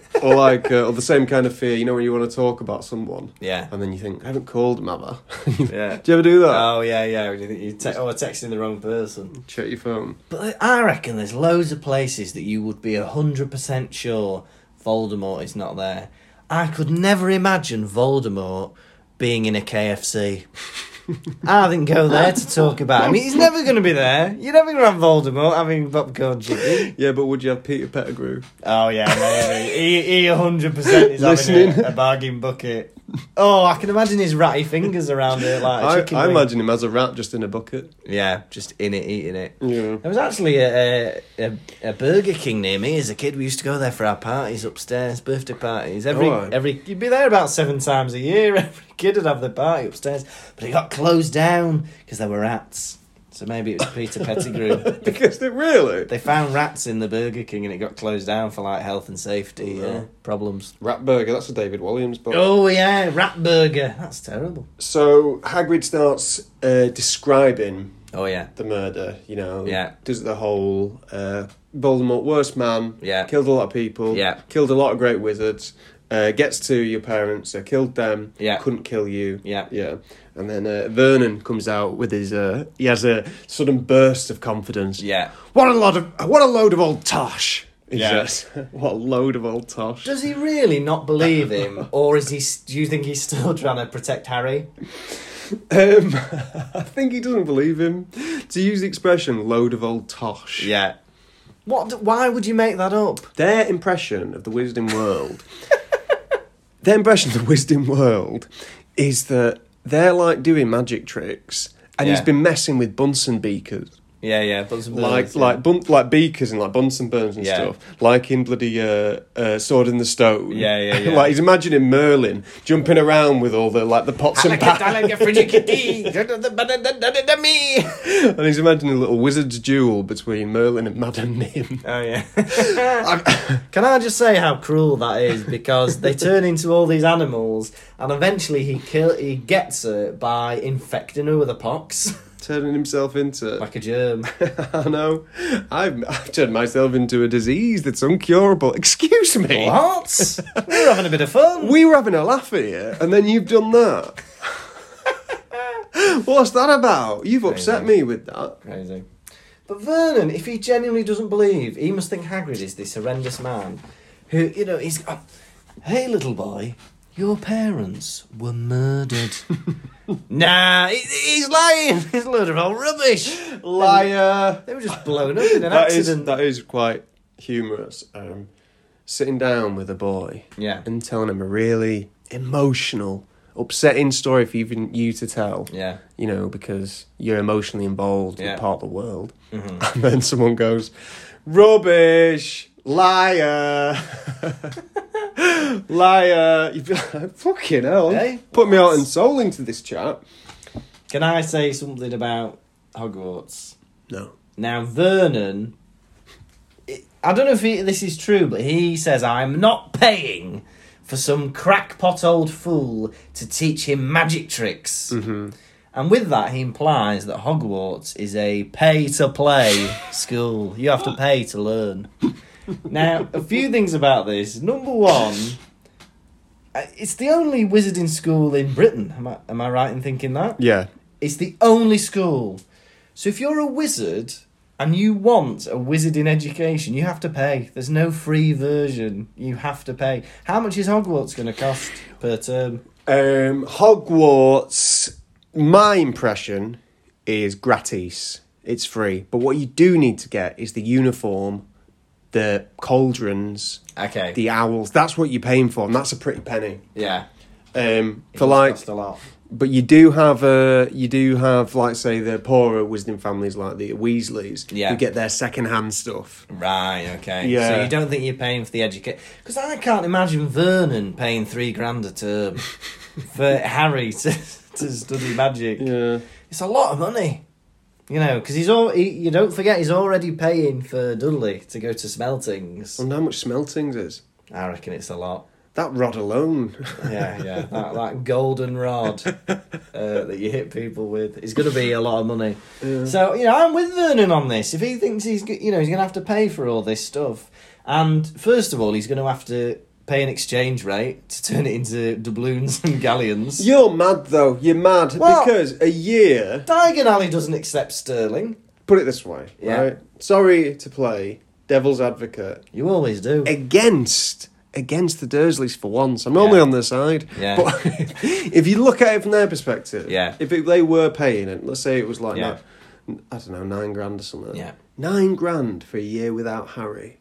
C: yeah.
A: or like, uh, or the same kind of fear, you know, when you want to talk about someone.
C: Yeah.
A: And then you think, I haven't called mother.
C: Yeah.
A: Do you ever do that?
C: Oh yeah, yeah. When you think you te- oh, texting the wrong person.
A: Check your phone.
C: But I reckon there's loads of places that you would be hundred percent sure Voldemort is not there. I could never imagine Voldemort being in a KFC. I didn't go there to talk about him. He's never going to be there. You're never going to have Voldemort having popcorn chicken.
A: Yeah, but would you have Peter Pettigrew?
C: Oh yeah, maybe. he, he 100% is having
A: Listening.
C: a, a bargain bucket. Oh, I can imagine his ratty fingers around it like a
A: I,
C: chicken
A: I
C: wing.
A: imagine him as a rat just in a bucket.
C: Yeah, just in it, eating it.
A: Yeah.
C: There was actually a, a, a, a Burger King near me as a kid. We used to go there for our parties upstairs, birthday parties. Every
A: Alright.
C: every you'd be there about seven times a year. Every kid would have their party upstairs, but it got closed down because there were rats. So maybe it was Peter Pettigrew.
A: Because they really
C: They found rats in the Burger King and it got closed down for like health and safety uh, problems.
A: rat burger. That's a David Williams book.
C: Oh yeah, rat burger. That's terrible.
A: So Hagrid starts uh, describing
C: Oh yeah.
A: the murder. You know,
C: Yeah.
A: does the whole uh, Voldemort worst man.
C: Yeah.
A: killed a lot of people.
C: Yeah.
A: killed a lot of great wizards. Uh, gets to your parents. Uh, killed them.
C: Yeah.
A: couldn't kill you.
C: Yeah.
A: yeah. And then uh, Vernon comes out with his. Uh, he has a sudden burst of confidence.
C: Yeah.
A: What a lot of what a load of old tosh. He
C: Yeah.
A: says. what a load of old tosh.
C: Does he really not believe him, or is he? Do you think he's still trying to protect Harry?
A: Um, I think he doesn't believe him. To use the expression "load of old tosh,"
C: Yeah. What? Why would you make that up?
A: their impression of the wisdom world, their impression of the wisdom world, is that they're like doing magic tricks, and he's
C: Yeah.
A: been messing with Bunsen beakers.
C: Yeah, yeah. Bunsen burners,
A: like
C: yeah.
A: like bun- like beakers and like Bunsen burners and
C: Yeah.
A: stuff, like in bloody uh, uh, Sword in the Stone.
C: Yeah, yeah, yeah.
A: like he's imagining Merlin jumping around with all the like the pots and pans, and he's imagining a little wizard's duel between Merlin and Madame Mim.
C: Oh yeah. Can I just say how cruel that is? Because they turn into all these animals, and eventually he kill he gets her by infecting her with a pox,
A: Turning himself into,
C: like a germ.
A: I know, I've, I've turned myself into a disease that's uncurable. Excuse me,
C: what? We're having a bit of fun.
A: we were having a laugh at you, and then you've done that. What's that about? You've upset me with that.
C: Crazy. But Vernon, if he genuinely doesn't believe, he must think Hagrid is this horrendous man who, you know, he's. Uh, hey, little boy, your parents were murdered. nah, he, he's lying. He's a load of old rubbish.
A: Liar.
C: They were just blown up in an
A: That is
C: accident.
A: that is quite humorous. Um, sitting down with a boy,
C: Yeah.
A: and telling him a really emotional, upsetting story for even you to tell.
C: Yeah.
A: you know because you're emotionally involved.
C: Yeah. Mm-hmm.
A: You're part of the world, and then someone goes, "Rubbish, liar." Liar! You'd be like, fucking hell!
C: Eh?
A: Put me out and soul into this chat.
C: Can I say something about Hogwarts?
A: No,
C: Now, Vernon, I- I don't know if he, this is true, but he says, I'm not paying for some crackpot old fool to teach him magic tricks. Mm-hmm. And with that, he implies that Hogwarts is a pay to play school. You have to pay to learn. Now, a few things about this. Number one, uh, it's the only wizarding school in Britain. Am I, am I right in thinking that?
A: yeah,
C: It's the only school. So if you're a wizard and you want a wizard in education, you have to pay. There's no free version. You have to pay. How much is Hogwarts going to cost per term?
A: Um, Hogwarts, my impression is gratis. It's free. But what you do need to get is the uniform, the cauldrons,
C: Okay.
A: the owls. That's what you're paying for, and that's a pretty penny.
C: yeah.
A: Um, for like,
C: cost a lot.
A: but you do have uh, you do have like say the poorer Wisdom families like the Weasleys.
C: Yeah.
A: who get their second hand stuff.
C: Right. Okay. So
A: Yeah.
C: you don't think you're paying for the education? Because I can't imagine Vernon paying three grand a term for Harry to to study magic.
A: Yeah,
C: It's a lot of money. You know, because he's all. He, you don't forget he's already paying for Dudley to go to Smeltings.
A: and how much smeltings is
C: I reckon it's a lot.
A: that rod alone?
C: Yeah, yeah. that, that golden rod uh, that you hit people with is going to be a lot of money. So you know, I'm with Vernon on this. If he thinks he's, go- you know, he's going to have to pay for all this stuff, and first of all, he's going to have to pay an exchange rate to turn it into doubloons and galleons.
A: You're mad though. You're mad
C: Well-
A: because a year.
C: Diagon Alley doesn't accept sterling.
A: put it this way,
C: Yeah.
A: right? Sorry to play devil's advocate
C: You always do.
A: against against the Dursleys for once. I'm normally
C: Yeah.
A: on their side,
C: Yeah.
A: but if you look at it from their perspective,
C: Yeah.
A: if it, they were paying it, let's say it was like
C: Yeah.
A: ni- I don't know nine grand or something,
C: Yeah.
A: nine grand for a year without Harry,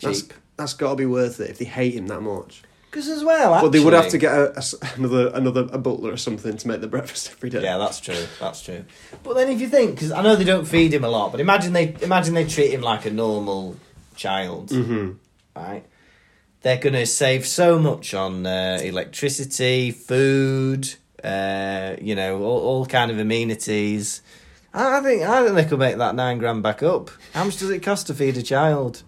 A: That's-
C: Cheap.
A: that's got to be worth it if they hate him that much.
C: Because as well,
A: But they would have to
C: actually-
A: get a- a s another another a butler or something to make the breakfast every day.
C: Yeah, that's true. That's true. But then, if you think, because I know they don't feed him a lot, but imagine they imagine they treat him like a normal child,
A: Mm-hmm.
C: right? They're going to save so much on uh, electricity, food, uh, you know, all, all kind of amenities. I I think I think they could make that nine grand back up. How much does it cost to feed a child?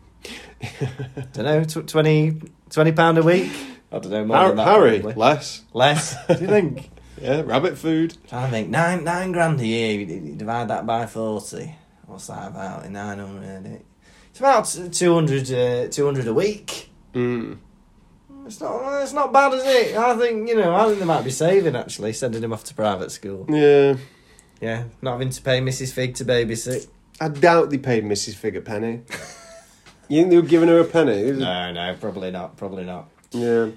C: don't know, tw- 20, 20 pound a week. I don't know. More
A: Har-
C: than that,
A: Harry
C: probably.
A: less,
C: less. Do you think?
A: yeah, rabbit food.
C: Trying to think nine nine grand a year. You, you divide that by forty. What's that about? Nine hundred. It's about two hundred uh, two hundred a week.
A: Mm.
C: It's not it's not bad, is it? I think you know. I think they might be saving actually, sending him off to private school.
A: Yeah.
C: Yeah, not having to pay Mrs. Fig to babysit.
A: I doubt they paid Mrs. Fig a penny. you think they were giving her a penny? It was-
C: No, no, probably not. Probably not.
A: Yeah.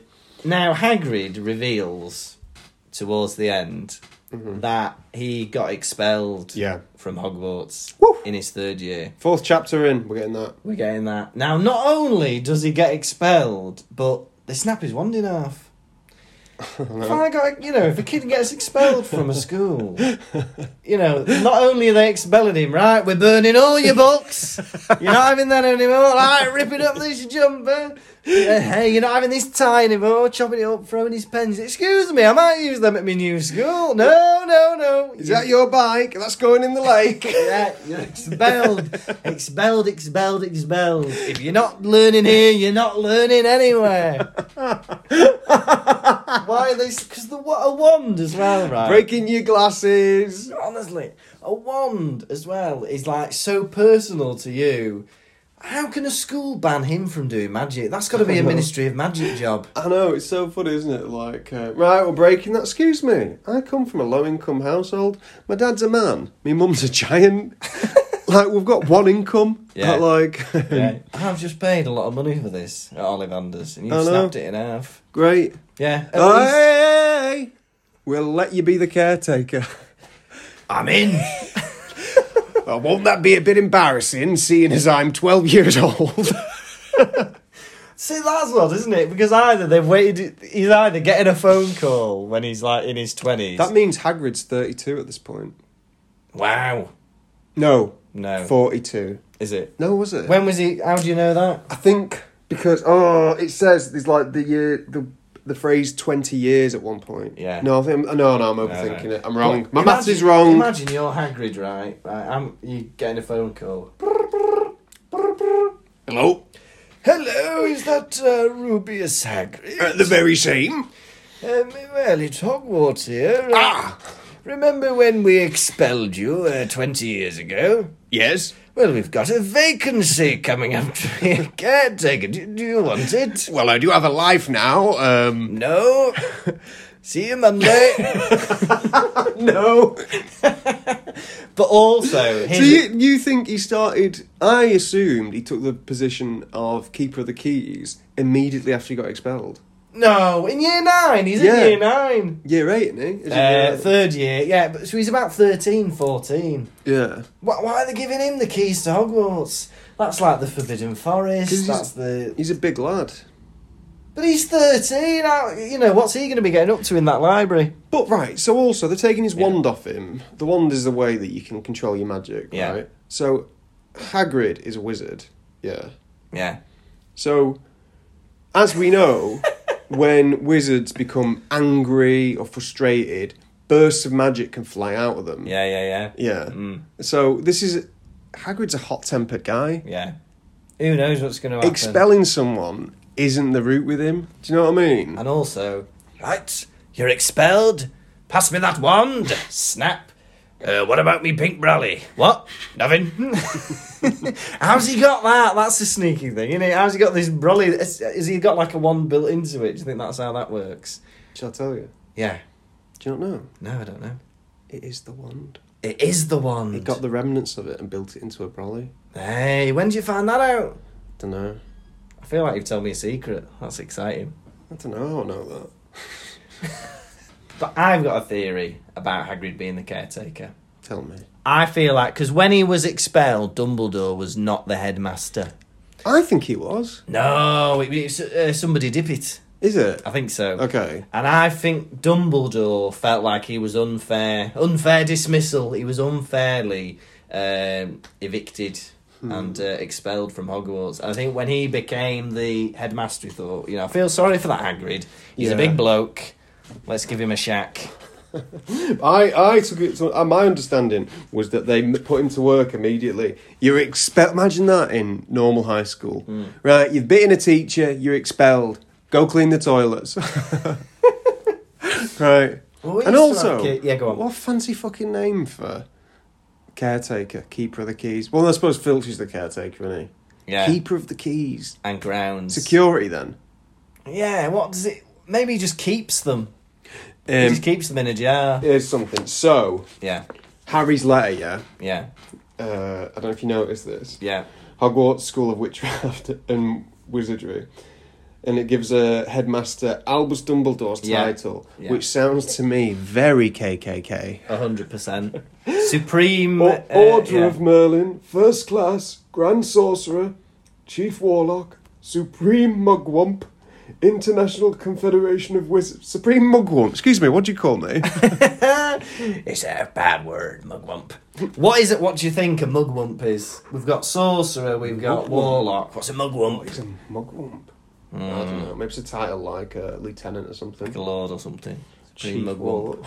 C: Now Hagrid reveals towards the end that he got expelled
A: Yeah.
C: from Hogwarts
A: Woo.
C: in his third year.
A: Fourth chapter in, we're getting that.
C: We're getting that. Now, not only does he get expelled, but they snap his wand in half. If I got, you know, if a kid gets expelled from a school, you know, not only are they expelling him, right? We're burning all your books. You're not having that anymore. All right, ripping up this jumper. Yeah, hey, you're not having this tie anymore. Chopping it up, throwing his pens. Excuse me, I might use them at my new school. No, no, no.
A: Is that your bike? That's going in the lake.
C: Yeah, you're expelled, expelled, expelled, expelled. If you're not learning here, you're not learning anywhere. Why are they? Because the wa- a wand as well, right?
A: Breaking your glasses.
C: Honestly, a wand as well is like so personal to you. How can a school ban him from doing magic? That's got to be a Ministry of Magic job.
A: I know, it's so funny, isn't it? Like, uh, right, we're breaking that. Excuse me, I come from a low income household. My dad's a man, my mum's a giant. like, we've got one income.
C: Yeah.
A: Like,
C: I've just paid a lot of money for this at Ollivanders, and you
A: I know.
C: have snapped it in half.
A: great.
C: Yeah, at least-
A: Hey, we'll let you be the caretaker.
C: I'm in.
A: Well, won't that be a bit embarrassing, seeing as I'm 12 years old?
C: See, that's odd, isn't it? Because either they've waited, he's either getting a phone call when he's like in his 20s.
A: that means Hagrid's 32 at this point.
C: wow.
A: No.
C: No.
A: 42.
C: Is it?
A: No, was it?
C: When was he? How do you know that?
A: I think because oh, it says there's like the year the the phrase twenty years at one point.
C: Yeah.
A: No, I think no, no, I'm
C: No,
A: overthinking
C: no.
A: it. I'm wrong.
C: But
A: My maths
C: imagine-
A: is wrong.
C: Imagine you're Hagrid, right? right I'm, you're getting a phone call.
A: Hello.
C: Hello, is that uh, Rubius Hagrid?
A: At the very same.
C: Um, well, it's Hogwarts here.
A: Ah.
C: Remember when we expelled you uh, 20 years ago?
A: Yes.
C: Well, we've got a vacancy coming up to be a caretaker. Do, do you want it?
A: Well, I do have a life now. Um.
C: No. See you Monday.
A: No.
C: but also,
A: So you, you think he started? I assumed he took the position of keeper of the keys immediately after he got expelled.
C: no, in year nine. He's
A: Yeah.
C: in year nine.
A: Year eight, isn't he? Is he
C: Uh,
A: year eight?
C: third year, yeah. But, so he's about 13, 14.
A: yeah.
C: Why, why are they giving him the keys to Hogwarts? That's like the Forbidden
A: 'Cause
C: Forest.
A: he's-
C: That's the.
A: He's a big lad.
C: But he's 13. How, you know, what's he going to be getting up to in that library?
A: But right, so also they're taking his wand off him. The wand is the way that you can control your magic,
C: Yeah.
A: right? So Hagrid is a wizard. Yeah.
C: Yeah.
A: So as we know, when wizards become angry or frustrated, bursts of magic can fly out of them.
C: Yeah, yeah, Mm. yeah.
A: Yeah. So this is Hagrid's a hot-tempered guy.
C: Yeah. Who knows what's going to happen?
A: Expelling someone isn't the route with him. Do you know what I mean?
C: And also, right, you're expelled. Pass me that wand. Snap. Uh, what about me pink brolly? What? Nothing. How's he got that? That's a sneaky thing, isn't it? How's he got this brolly? Is, is he got like a wand built into it? Do you think that's how that works?
A: Shall I tell you?
C: Yeah.
A: Do you not know?
C: No, I don't know.
A: It is the wand.
C: It is the wand.
A: It got the remnants of it and built it into a brolly.
C: Hey, when did you find that out?
A: Don't know.
C: I feel like you've told me a secret. That's exciting.
A: I don't know. I don't know that.
C: But I've got a theory about Hagrid being the caretaker.
A: Tell me.
C: I feel like because when he was expelled, Dumbledore was not the headmaster.
A: I think he was.
C: No, it, it's uh, somebody did it.
A: Is it?
C: I think so.
A: Okay.
C: And I think Dumbledore felt like he was unfair, unfair dismissal. He was unfairly um, evicted
A: Hmm.
C: and uh, expelled from Hogwarts. I think when he became the headmaster, he thought, you know, I feel sorry for that Hagrid. He's
A: Yeah.
C: a big bloke. Let's give him a shack.
A: I, I took it. To, uh, my understanding was that they m- put him to work immediately. You're expelled. Imagine that in normal high school,
C: Hmm.
A: right? You've bitten a teacher. You're expelled. Go clean the toilets. right.
C: Well, we used
A: and
C: to have
A: also,
C: ki- yeah, go on.
A: What a fancy fucking name for caretaker, keeper of the keys? Well, I suppose Filch is the caretaker, isn't he?
C: Yeah.
A: Keeper of the keys.
C: And grounds.
A: Security then.
C: Yeah, what does it. Maybe he just keeps them. he just keeps them in a jar.
A: Um, here's something. So
C: Yeah,
A: Harry's letter, yeah.
C: yeah,
A: Uh, I don't know if you noticed this.
C: yeah.
A: Hogwarts School of Witchcraft and Wizardry, and it gives a headmaster Albus Dumbledore's
C: Yeah.
A: title,
C: Yeah.
A: which sounds to me very KKK.
C: A hundred percent. Supreme
A: Or-
C: uh,
A: Order
C: yeah.
A: of Merlin, First Class, Grand Sorcerer, Chief Warlock, Supreme Mugwump, International Confederation of Wizards. Supreme Mugwump. Excuse me, what do you call me?
C: it's a bad word, mugwump. What is it? What do you think a mugwump is? We've got sorcerer, we've got
A: Mugwump.
C: warlock. What's a mugwump?
A: It's a Mugwump. I
C: Hmm.
A: don't know. Maybe it's a title like uh, Lieutenant or something.
C: Like a lord or something.
A: Chief
C: Mugwump.
A: Warlock.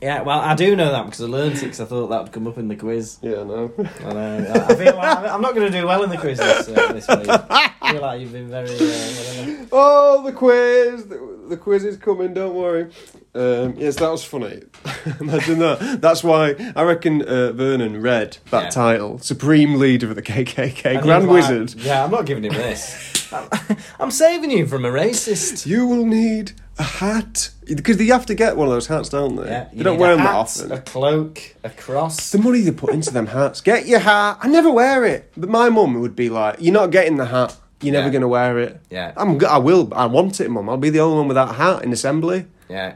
C: Yeah, well, I do know that because I learned it because I thought that would come up in the quiz.
A: Yeah, no.
C: And, uh, I- I feel like I'm- I'm not going to do well in the quiz this, uh, this week. I feel like you've been very. Uh, whatever.
A: oh, the quiz! The, the quiz is coming, don't worry. Um, yes, that was funny. Imagine that. That's why I reckon uh, Vernon read that
C: Yeah.
A: title Supreme Leader of the KKK,
C: And
A: Grand
C: he was like,
A: Wizard.
C: Yeah, I'm not giving him this. I'm, I'm saving you from a racist.
A: You will need a hat. Because they have to get one of those hats, don't they?
C: Yeah,
A: they don't
C: need
A: wear
C: a
A: them that
C: hat,
A: often.
C: A cloak, a cross.
A: The money they put into them hats. Get your hat. I never wear it. But my mum would be like, "You're not getting the hat. You're never
C: Yeah.
A: gonna wear it."
C: Yeah.
A: I'm. go- I will. I want it, mum. I'll be the only one with that hat in assembly.
C: Yeah.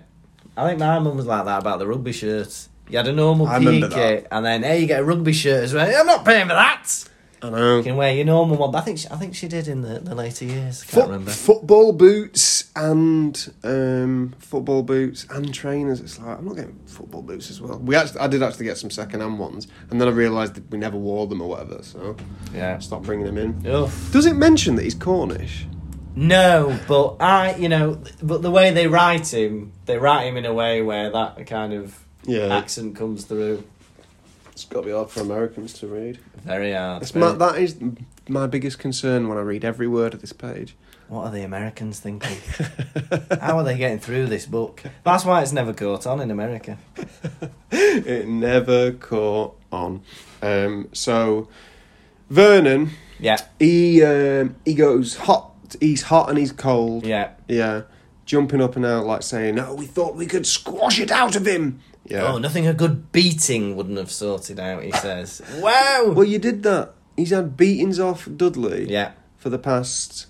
C: I think my mum was like that about the rugby shirt. You had a normal
A: I
C: PE
A: remember that.
C: kit, and then, hey, you get a rugby shirt as well. I'm not paying for that!
A: I
C: You
A: know.
C: can wear your normal one, but I think she, I think she did in the, the later years. I can't
A: Foot-
C: remember.
A: football boots and um, football boots and trainers. It's like I'm not getting football boots as well. We actually, I did actually get some second-hand ones, and then I realised that we never wore them or whatever. So
C: Yeah.
A: I stopped bringing them in.
C: Oof.
A: Does it mention that he's Cornish?
C: No, but I, you know, but the way they write him, they write him in a way where that kind of
A: Yeah.
C: accent comes through.
A: It's got to be hard for Americans to read.
C: Very hard.
A: That's my,
C: Very-
A: that is my biggest concern when I read every word of this page.
C: What are the Americans thinking? How are they getting through this book? That's why it's never caught on in America.
A: It never caught on. Um, so, Vernon,
C: Yeah,
A: he um, he goes hot. He's hot and he's cold.
C: yeah.
A: Yeah. Jumping up and out like saying, "No, we thought we could squash it out of him." Yeah.
C: Oh, nothing a good beating wouldn't have sorted out, he says. wow!
A: Well, you did that. He's had beatings off Dudley.
C: yeah,
A: For the past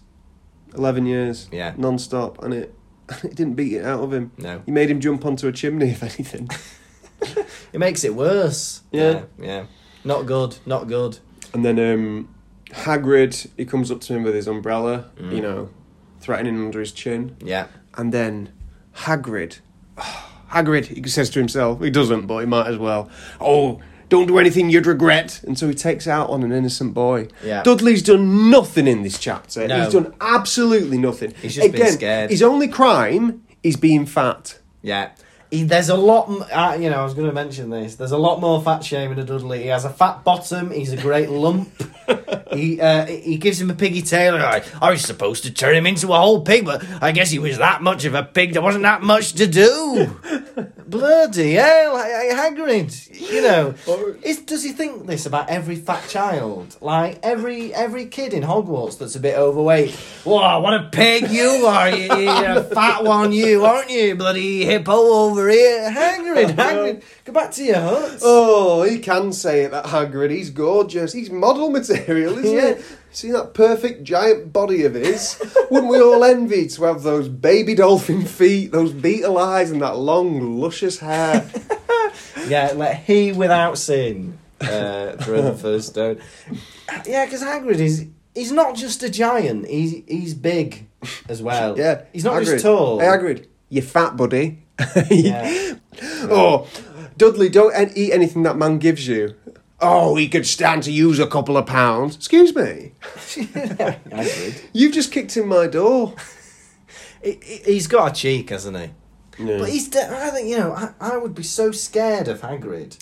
A: eleven years.
C: Yeah.
A: Non-stop, and it it didn't beat it out of him.
C: no.
A: You made him jump onto a chimney, if anything.
C: It makes it worse.
A: Yeah.
C: Yeah, yeah. Not good, not good.
A: And then um, Hagrid, he comes up to him with his umbrella, you know, threatening under his chin.
C: Mm. Yeah.
A: And then Hagrid, Hagrid, he says to himself, he doesn't, but he might as well. Oh, don't do anything you'd regret. And so he takes out on an innocent boy.
C: Yeah.
A: Dudley's done nothing in this chapter.
C: No.
A: He's done absolutely nothing.
C: He's just been
A: Again,
C: scared.
A: His only crime is being fat.
C: Yeah. He, there's a lot, m- uh, you know, I was going to mention this. There's a lot more fat shaming of Dudley. He has a fat bottom, he's a great lump. he uh, he gives him a piggy tail. I, I was supposed to turn him into a whole pig, but I guess he was that much of a pig. There wasn't that much to do. Bloody hell, I, I, Hagrid. You know, is, does he think this about every fat child? Like every every kid in Hogwarts that's a bit overweight. Whoa, what a pig you are! You, are a fat one, you aren't you? Bloody hippo over here, Hagrid, Hagrid. Go back to your hut.
A: Oh, he can say it, that Hagrid. He's gorgeous. He's model material, isn't
C: Yeah.
A: he? See that perfect giant body of his? Wouldn't we all envy to have those baby dolphin feet, those beetle eyes, and that long, luscious hair?
C: Yeah, let he without sin uh, throw the first stone. Yeah, because Hagrid is. He's not just a giant, he's, he's big as well.
A: Yeah.
C: He's not
A: Hagrid.
C: just tall.
A: Hey, Hagrid, you fat buddy.
C: Yeah.
A: Oh, Dudley, don't en- eat anything that man gives you. Oh, he could stand to use a couple of pounds. Excuse me.
C: Hagrid.
A: You've just kicked in my door.
C: He- he- He's got a cheek, hasn't he? But he's. De- I think you know. I, I would be so scared of Hagrid.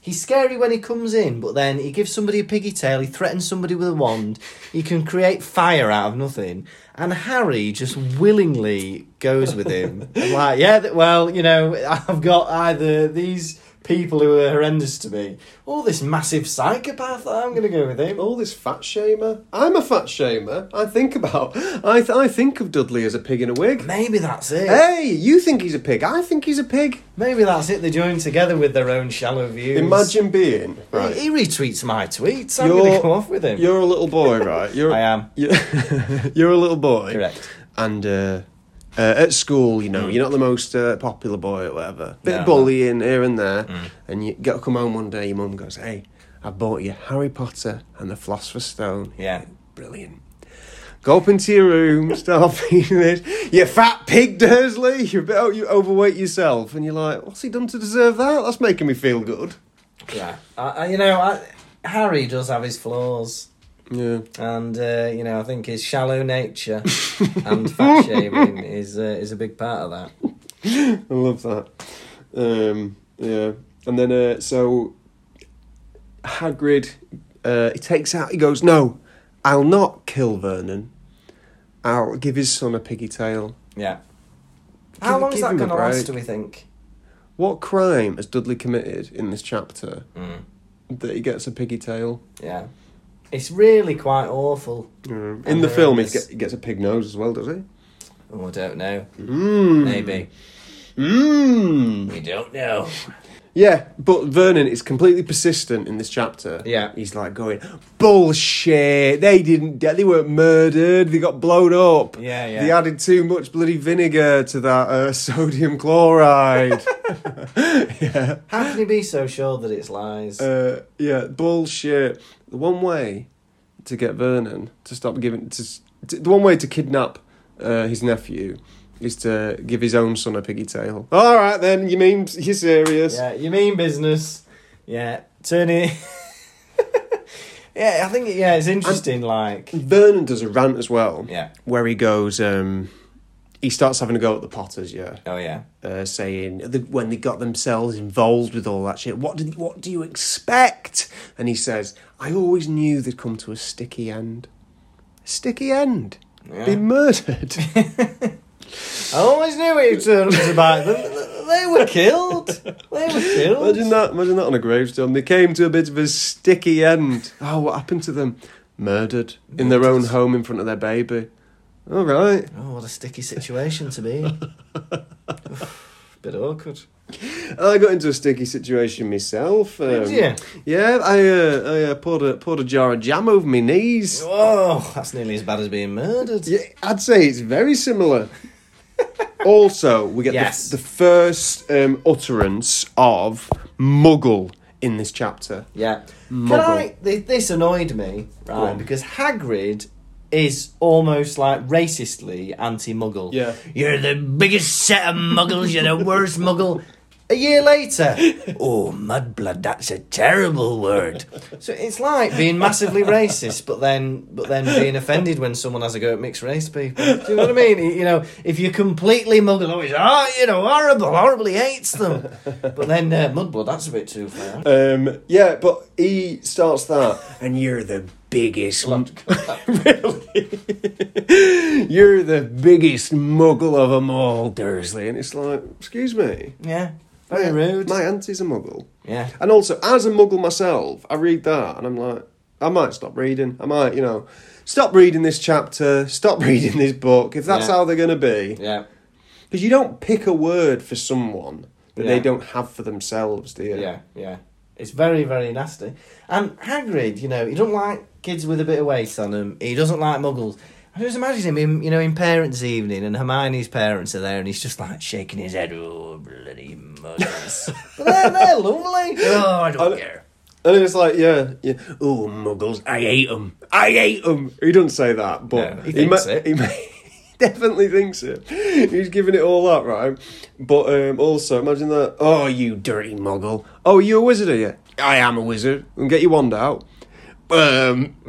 C: He's scary when he comes in, but then he gives somebody a piggy tail. He threatens somebody with a wand. He can create fire out of nothing. And Harry just willingly goes with him. I'm like, yeah, th- well, you know, I've got either these people who are horrendous to me, or this massive psychopath. I'm going to go with him.
A: all this fat shamer. I'm a fat shamer. I think about. I th- I think of Dudley as a pig in a wig.
C: Maybe that's it.
A: Hey, you think he's a pig? I think he's a pig.
C: Maybe that's it. They join together with their own shallow views.
A: Imagine being
C: He,
A: right.
C: he retweets my tweets. I'm
A: You're-
C: going to come off with him.
A: You're a little boy, right? You're,
C: I am.
A: You're, you're a little boy.
C: Correct. Mm.
A: And uh, uh, at school, you know, you're not the most uh, popular boy or whatever. Bit
C: No. Mm.
A: of bullying here and there, and you get come home one day. Your mum goes, "Hey, I bought you Harry Potter and the Philosopher's Stone."
C: Yeah.
A: brilliant. Go up into your room, start feeding it. You fat pig, Dursley. You're a bit o- you overweight yourself, and you're like, what's he done to deserve that? That's making me feel good.
C: Yeah, I, I, you know, I, Harry does have his flaws,
A: Yeah.
C: and uh, you know, I think his shallow nature and fat shaming is uh, is a big part of that.
A: I love that. Um, yeah, and then uh, so Hagrid, uh, he takes out. He goes, "No, I'll not kill Vernon. I'll give his son a piggy tail."
C: Yeah.
A: Give-
C: How long is
A: give
C: that
A: him a
C: going to last?
A: break.
C: Do we think?
A: What crime has Dudley committed in this chapter
C: Mm.
A: that he gets a piggy tail?
C: Yeah, it's really quite awful.
A: Um, in
C: And
A: the
C: they're
A: film,
C: in
A: he
C: this-
A: get- he gets a pig nose as well, does he?
C: Oh, I don't know.
A: Mm.
C: Maybe
A: Mm.
C: we don't know.
A: Yeah, but Vernon is completely persistent in this chapter.
C: Yeah.
A: he's like going bullshit. They didn't. They weren't murdered. They got blown up.
C: Yeah, yeah.
A: They added too much bloody vinegar to that uh, sodium chloride. yeah,
C: How can you be so sure that it's lies?
A: uh, yeah, bullshit. The one way to get Vernon to stop giving to, s- to the one way to kidnap uh, his nephew is to give his own son a piggy tail. All right, then. You mean you're serious?
C: Yeah, you mean business. Yeah, turn it. yeah, I think yeah, it's interesting. like
A: Vernon does a rant as well.
C: yeah,
A: where he goes, um, he starts having a go at the Potters, yeah,
C: oh yeah,
A: uh, saying the, when they got themselves involved with all that shit, what did what do you expect? And he says, I always knew they'd come to a sticky end, sticky end,
C: Yeah.
A: be murdered.
C: I always knew it turned up to bite them. They were killed. They were killed.
A: imagine that, imagine that on a gravestone. They came to a bit of a sticky end. Oh, what happened to them? Murdered in their own home in front of their baby. All right.
C: Oh, what a sticky situation to be. in. Bit awkward.
A: I got into a sticky situation myself. Um,
C: Did ya?
A: Yeah, I, uh, I uh, poured, a, poured a jar of jam over my knees.
C: Oh, that's nearly as bad as being murdered.
A: Yeah, I'd say it's very similar. also, we get the-
C: Yes.
A: the, first um, utterance of muggle in this chapter.
C: Yeah. Can
A: Muggle.
C: I? thi- This annoyed me,
A: Go
C: right?
A: on.
C: Because Hagrid is almost like racistly anti-Muggle.
A: Yeah.
C: You're the biggest set of Muggles. You're the worst Muggle. A year later, oh mudblood, that's a terrible word. So it's like being massively racist, but then but then being offended when someone has a go at mixed race people. Do you know what I mean? You know, if you're completely muggle, always oh, you know, horrible, horribly hates them. But then uh, mudblood, that's a bit too far.
A: Um, yeah, but he starts that, and you're the biggest. m- really? you're the biggest muggle of them all, Dursley. And it's like, excuse me.
C: Yeah. Very rude.
A: Um, My auntie's a muggle.
C: Yeah.
A: And also, as a muggle myself, I read that and I'm like, I might stop reading. I might, you know, stop reading this chapter, stop reading this book, if that's
C: Yeah.
A: how they're going to be.
C: Yeah.
A: Because you don't pick a word for someone that they
C: Yeah.
A: don't have for themselves, do you?
C: Yeah. Yeah. It's very, very nasty. And Hagrid, you know, he doesn't like kids with a bit of weight on them. He doesn't like muggles. I just imagine him, in, you know, in parents' evening, and Hermione's parents are there, and he's just like shaking his head. Oh, bloody muggles! but they're, they're lovely. Oh, I don't
A: I-
C: care.
A: And it's like, yeah, yeah. Oh, muggles, I hate them. I hate them. He doesn't say that, but
C: No, he thinks
A: ma-
C: it.
A: He, ma- he definitely thinks it. He's giving it all out, right? But um, also, imagine that. Oh, you dirty muggle. Oh, you a wizard, are you? I am a wizard. And get your wand out. Um,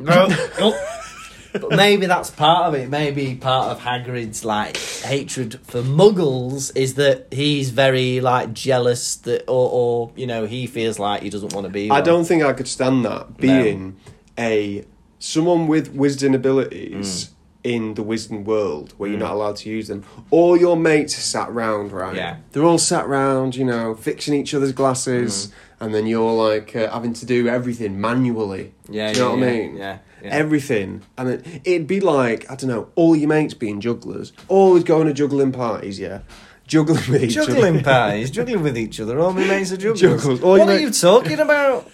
C: but maybe that's part of it. Maybe part of Hagrid's like hatred for Muggles is that he's very like jealous that, or, or you know, he feels like he doesn't want to be.
A: I
C: one.
A: don't think I could stand that being a someone with wizarding abilities
C: Mm.
A: in the wizarding world where you're not allowed to use them. All your mates are sat round, right?
C: Yeah.
A: They're all sat round, you know, fixing each other's
C: Mm.
A: glasses, and then you're like uh, having to do everything manually.
C: Yeah,
A: do you know
C: yeah,
A: what
C: yeah,
A: I mean?
C: yeah, yeah.
A: Everything, and it, it'd be like I don't know, all your mates being jugglers, always going to juggling parties, yeah, juggling with each other.
C: juggling parties, juggling with each other. All my mates are jugglers.
A: Juggles. All
C: What
A: your
C: are
A: ma-
C: you talking about?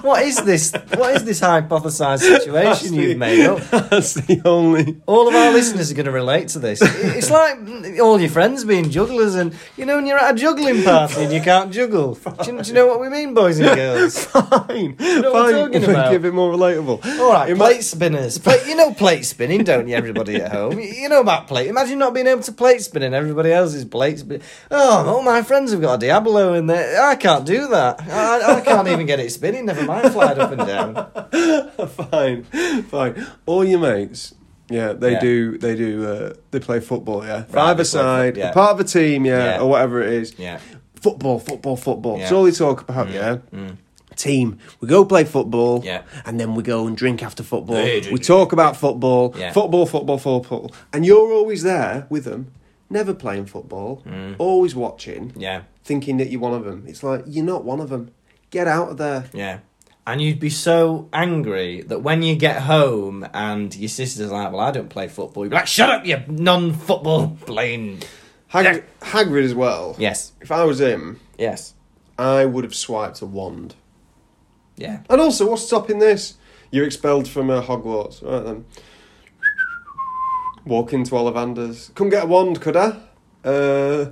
C: What is this? What is this hypothesized situation you've made up?
A: That's the only.
C: All of our listeners are going to relate to this. It's like all your friends being jugglers, and you know, when you're at a juggling party and you can't juggle. Do you, do you know what we mean, boys and girls?
A: Fine.
C: know what I'm
A: Fine.
C: talking about.
A: Give it more relatable.
C: All right,
A: Ima-
C: plate spinners. Plate, you know plate spinning, don't you, everybody at home? You- You know about plate. Imagine not being able to plate spin and everybody else is plate spin. Oh, all my friends have got a Diablo in there. I can't do that. I, I can't even get it spinning, never mind flying up and down.
A: fine, fine. All your mates, yeah, they
C: Yeah.
A: do. They do. Uh, they play football. Yeah,
C: they
A: five
C: play
A: a side,
C: foot- yeah.
A: part of a team. Yeah,
C: Yeah.
A: or whatever it is.
C: Yeah.
A: Football, football, football. It's
C: Yeah. Mm,
A: all they talk about. Yeah. Team, we go play football,
C: Yeah.
A: and then we go and drink after football.
C: Yeah, drink,
A: we talk about football,
C: Yeah.
A: football, football, football, and you're always there with them, never playing football, always watching,
C: Mm. Yeah.
A: thinking that you're one of them. It's like you're not one of them. Get out of there.
C: Yeah. And you'd be so angry that when you get home and your sister's like, Well, I don't play football, you'd be like, Shut up, you non football playing.
A: Hag- Hagrid as well.
C: Yes.
A: If I was him,
C: Yes.
A: I would have swiped a wand.
C: Yeah.
A: And also, what's stopping this? You're expelled from uh, Hogwarts. Right then. Walk into Ollivander's. Come get a wand, could I? Uh,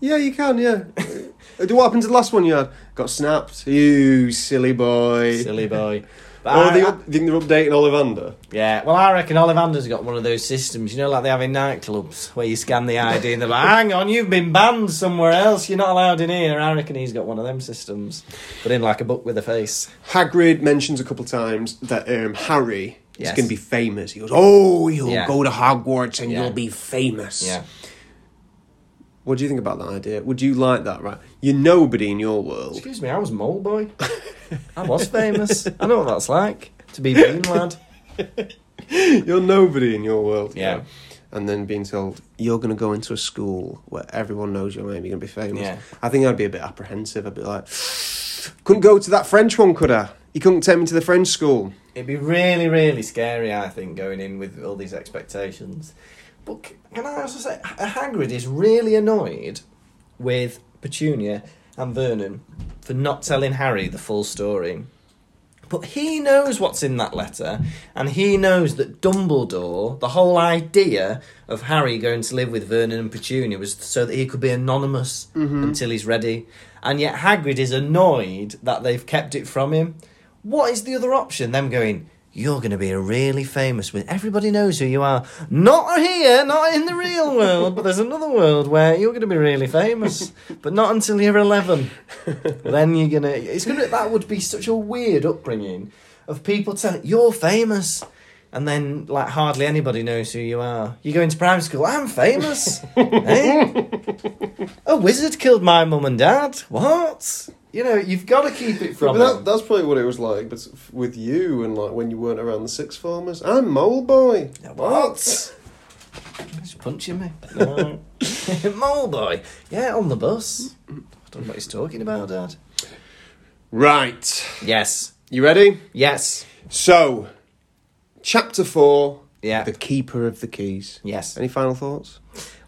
A: yeah, you can, yeah. Uh, what happened to the last one you had? Got snapped. You silly boy.
C: Silly boy. But
A: Or
C: I-
A: they,
C: I-
A: up- think they're updating Ollivander.
C: Yeah, well, I reckon Ollivander's got one of those systems, you know, like they have in nightclubs, where you scan the ID and they're like, hang on, you've been banned somewhere else, you're not allowed in here. I reckon he's got one of them systems, but in like a book with a face.
A: Hagrid mentions a couple of times that um, Harry
C: Yes.
A: is going to be famous. He goes, "Oh, you'll
C: Yeah.
A: go to Hogwarts and
C: Yeah.
A: you'll be famous."
C: Yeah.
A: What do you think about that idea? Would you like that, right? You're nobody in your world.
C: Excuse me, I was mole boy. I was famous. I know what that's like, to be bean lad.
A: You're nobody in your world.
C: Yeah.
A: And then being told, you're going to go into a school where everyone knows your name, you're going to be famous.
C: Yeah.
A: I think I'd be a bit apprehensive. I'd be like, couldn't go to that French one, could I? You couldn't take me to the French school.
C: It'd be really, really scary, I think, going in with all these expectations. But c- can I also say, H- uh, Hagrid is really annoyed with Petunia and Vernon for not telling Harry the full story. But he knows what's in that letter, and he knows that Dumbledore, the whole idea of Harry going to live with Vernon and Petunia was so that he could be anonymous until he's ready. And yet Hagrid is annoyed that they've kept it from him. What is the other option? Them going, you're going to be a really famous with everybody knows who you are. Not here, not in the real world, but there's another world where you're going to be really famous, but not until you're 11 then you're gonna. It's gonna. That would be such a weird upbringing of people telling you're famous, and then like hardly anybody knows who you are. You go into primary school. I'm famous. eh? A wizard killed my mum and dad. What? You know, you've got to keep it from.
A: But
C: them.
A: that, that's probably what it was like, but f- with you and like when you weren't around the six farmers. I'm mole boy.
C: What? He's punching me. No. Mole boy. Yeah, on the bus. I don't know what he's talking about, Dad.
A: Right.
C: Yes.
A: You ready?
C: Yes.
A: So, chapter four.
C: Yeah.
A: The keeper of the keys.
C: Yes.
A: Any final thoughts?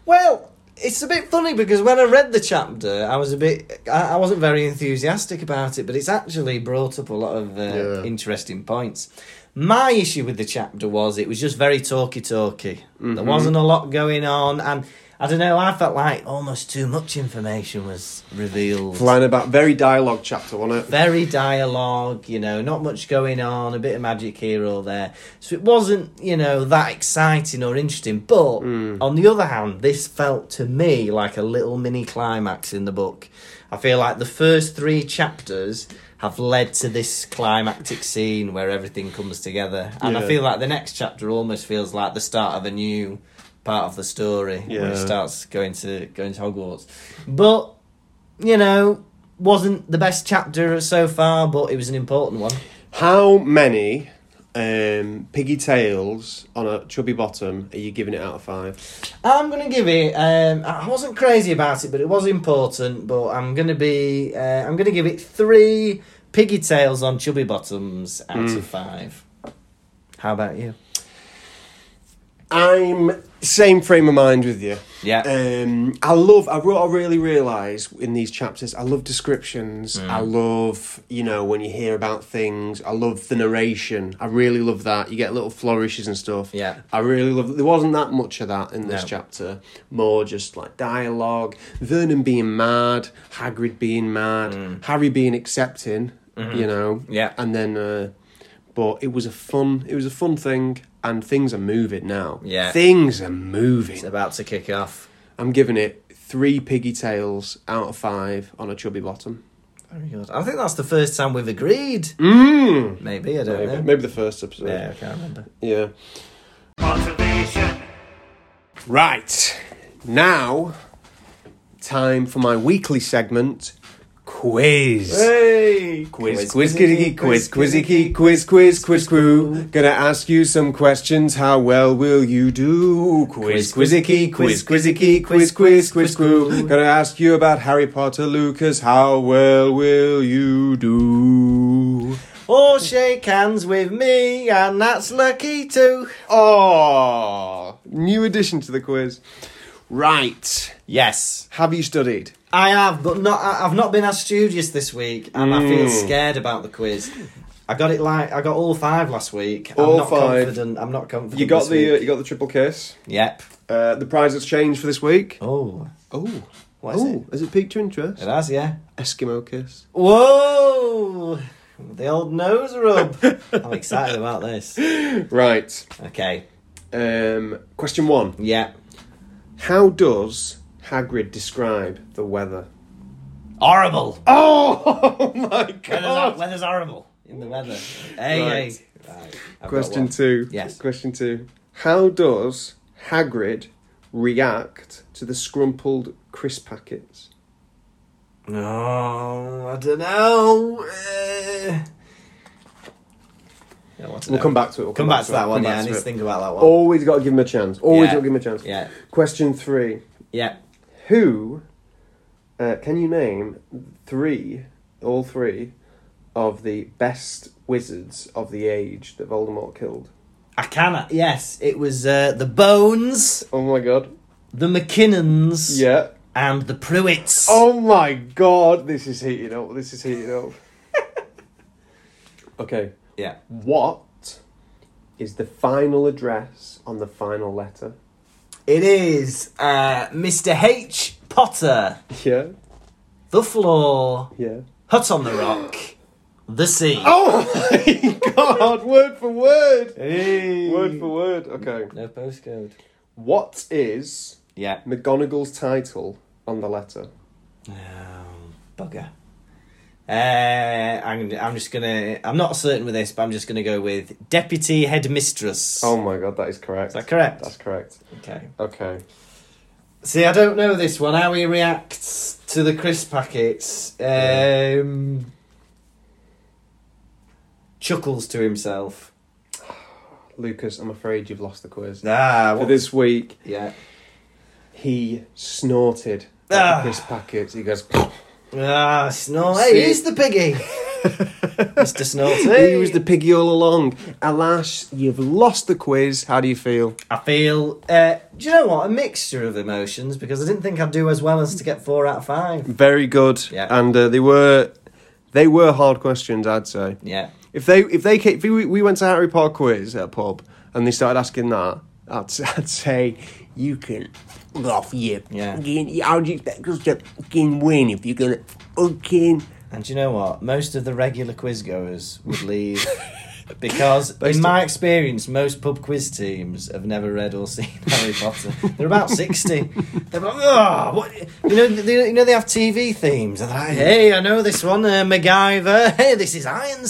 C: Well, it's a bit funny because when I read the chapter, I was a bit, I, I wasn't very enthusiastic about it, but it's actually brought up a lot of uh,
A: Yeah.
C: interesting points. My issue with the chapter was it was just very talky talky.
A: Mm-hmm.
C: There wasn't a lot going on, and I don't know. I felt like almost too much information was revealed.
A: Flying about very dialogue chapter, wasn't it?
C: very dialogue, you know, not much going on, a bit of magic here or there. So it wasn't, you know, that exciting or interesting. But on the other hand, this felt to me like a little mini climax in the book. I feel like the first three chapters have led to this climactic scene where everything comes together. And I
A: Yeah.
C: feel like the next chapter almost feels like the start of a new part of the story where
A: Yeah.
C: it starts going to going to Hogwarts. But you know, wasn't the best chapter so far, but it was an important one.
A: How many um, piggy tails on a chubby bottom are you giving it out of five?
C: I'm going to give it. Um, I I wasn't crazy about it, but it was important. But I'm going to be. Uh, I'm going to give it three piggy tails on Mm. chubby bottoms out of five. How about you?
A: I'm same frame of mind with you.
C: Yeah.
A: Um, I love. I, re- I really realise in these chapters. I love descriptions.
C: Mm.
A: I love you know when you hear about things. I love the narration. I really love that. You get little flourishes and stuff.
C: Yeah.
A: I really love. There wasn't that much of that in this
C: No.
A: chapter. More just like dialogue. Vernon being mad. Hagrid being mad. Harry being accepting. You know.
C: Mm. Mm-hmm. Yeah.
A: And then. Uh, but it was a fun it was a fun thing and things are moving now
C: Yeah.
A: things are moving
C: It's about to kick off.
A: i'm giving it three piggy tails out of five on a chubby bottom
C: Very good. I think that's the first time we've agreed. Maybe, I don't
A: maybe,
C: know.
A: the first episode
C: Mm. Yeah, I can't remember.
A: yeah
B: Conservation.
A: right now time for my weekly segment quiz
C: Hey!
A: Quiz, quiz, quizzy, quiz, quizzy, quiz, quiz, quiz, crew. Gonna ask you some questions. How well will you do? Quiz, quizzy, quiz, quizzy, quiz, quiz, quiz, crew. Gonna ask you about Harry Potter, Lucas. How well will you do?
C: Or shake hands with me, and that's lucky too.
A: Oh, new addition to the quiz. Right.
C: Yes.
A: Have you studied?
C: I have, but not. I- I've not been as studious this week, and I feel
A: Hmm.
C: scared about the quiz. I got it like I got all five last week.
A: All
C: I'm not
A: five.
C: confident. I'm not confident.
A: You got
C: this
A: the uh,
C: week.
A: you got the triple kiss.
C: yep.
A: Uh, the prize has changed for this week.
C: Oh,
A: Oh,
C: what is
A: oh, has it piqued your
C: it? It
A: interest?
C: has, yeah.
A: Eskimo kiss.
C: Whoa! The old nose rub. I'm excited about this.
A: Right.
C: Okay.
A: Um, question one:
C: Yeah.
A: How does Hagrid describe the weather?
C: Horrible.
A: Oh my
C: Weather's, hor- weather's horrible in the weather. Hey,
A: Right.
C: hey. Right, I've got
A: Question
C: one.
A: two.
C: Yes.
A: Question two: How does Hagrid react to the scrumpled crisp packets?
C: No, I don't know. Uh... I want to
A: We'll
C: know.
A: come back to it. We'll
C: Come back to that one.
A: Come
C: Yeah,
A: back
C: I need
A: to
C: to
A: it. Oh.
C: think about that one.
A: Always got to give him a chance. Always
C: Yeah.
A: got to give him a chance.
C: Yeah,
A: Question three:
C: yeah.
A: Who uh, can you name three, all three, of the best wizards of the age that Voldemort killed?
C: I cannot. Yes, it was uh, the Bones,
A: Oh my god.
C: the McKinnons,
A: Yeah.
C: and the Pruitts.
A: Oh my god, this is heating up. This is heating up. okay.
C: yeah.
A: What is the final address on the final letter?
C: It is uh, Mr. H. Potter,
A: Yeah.
C: the floor,
A: Yeah.
C: hut on the rock, the sea.
A: Oh my god, word for word. Word for word. Okay.
C: No postcode.
A: What is
C: Yeah.
A: McGonagall's title on the letter?
C: Um, bugger. Uh, I'm, I'm just gonna. I'm not certain with this, but I'm just gonna go with deputy headmistress.
A: Oh my god, that is correct.
C: is that correct?
A: That's correct.
C: okay.
A: Okay.
C: See, I don't know this one. How he reacts to the crisp packets. Um, chuckles to himself.
A: Lucas, I'm afraid you've lost the quiz.
C: Ah,
A: For this week,
C: yeah.
A: he snorted
C: Ah.
A: at Chris Packets. He goes,
C: Ah, Snort.
A: See?
C: Hey, he's the biggie. Mr. Snort.
A: He was the piggy all along. Alas, you've lost the quiz. How do you feel?
C: I feel. Uh, do you know what? A mixture of emotions because I didn't think I'd do as well as to get four out of five.
A: Very good.
C: Yeah.
A: And uh, they were they were hard questions, I'd say.
C: Yeah.
A: If they if they ca- if we, we went to Harry Potter quiz at a pub and they started asking that, I'd, s- I'd say you can f- off you.
C: Yeah.
A: Fucking- How do you expect us to fucking win if you're gonna fucking
C: And do you know what? Most of the regular quiz goers would leave because,
A: Based
C: in my experience, most pub quiz teams have never read or seen Harry Potter. They're about sixty. They're like, oh, what? you know, they, you know they have TV themes. And they're like, hey, I know this one, uh, MacGyver. Hey, this is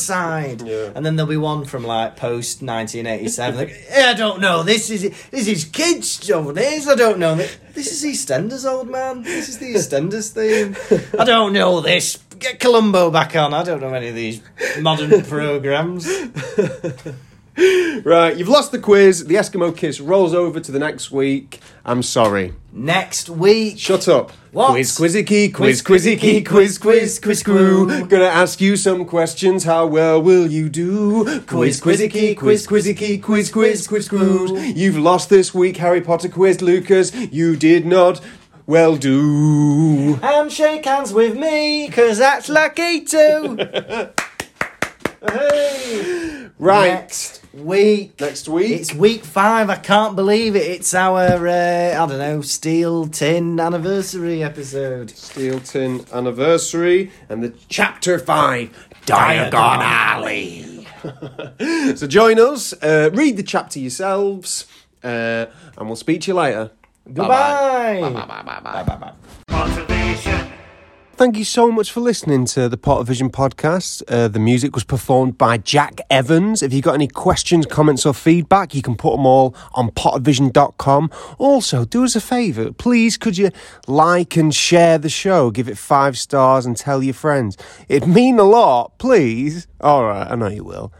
C: Ironside.
A: Yeah.
C: And then there'll be one from like post nineteen eighty seven. Like, hey, I don't know. This is this is kids' stuff. This I don't know. This is EastEnders, old man. This is the EastEnders theme. I don't know this. Get Columbo back on. I don't know any of these modern programs.
A: Right, you've lost the quiz. The Eskimo kiss rolls over to the next week. I'm sorry.
C: Next week.
A: Shut up.
C: What?
A: Quiz quizzicky, quiz
C: Quiz,
A: quizzicky,
C: quizzicky,
A: quiz quiz
C: quiz,
A: quiz crew.
C: crew.
A: Gonna ask you some questions. How well will you do? Quiz quizzicky, quiz quizzicky, quiz quiz quiz crew. You've lost this week, Harry Potter quiz, Lucas. You did not well do.
C: And shake hands with me, because that's lucky too. hey.
A: Right.
C: Next week.
A: Next week.
C: It's week five. I can't believe it. It's our, uh, I don't know, steel tin anniversary episode.
A: Steel Tin Anniversary and the Chapter 5 Diagon Alley. so join us, uh, read the chapter yourselves, uh, and we'll speak to you later.
C: Goodbye.
B: Conservation.
A: Thank you so much for listening to the Potter Vision podcast. Uh, the music was performed by Jack Evans. If you've got any questions, comments, or feedback, you can put them all on pottervision.com. Also, do us a favour. Please, could you like and share the show? Give it five stars and tell your friends. It'd mean a lot, please. All right, I know you will.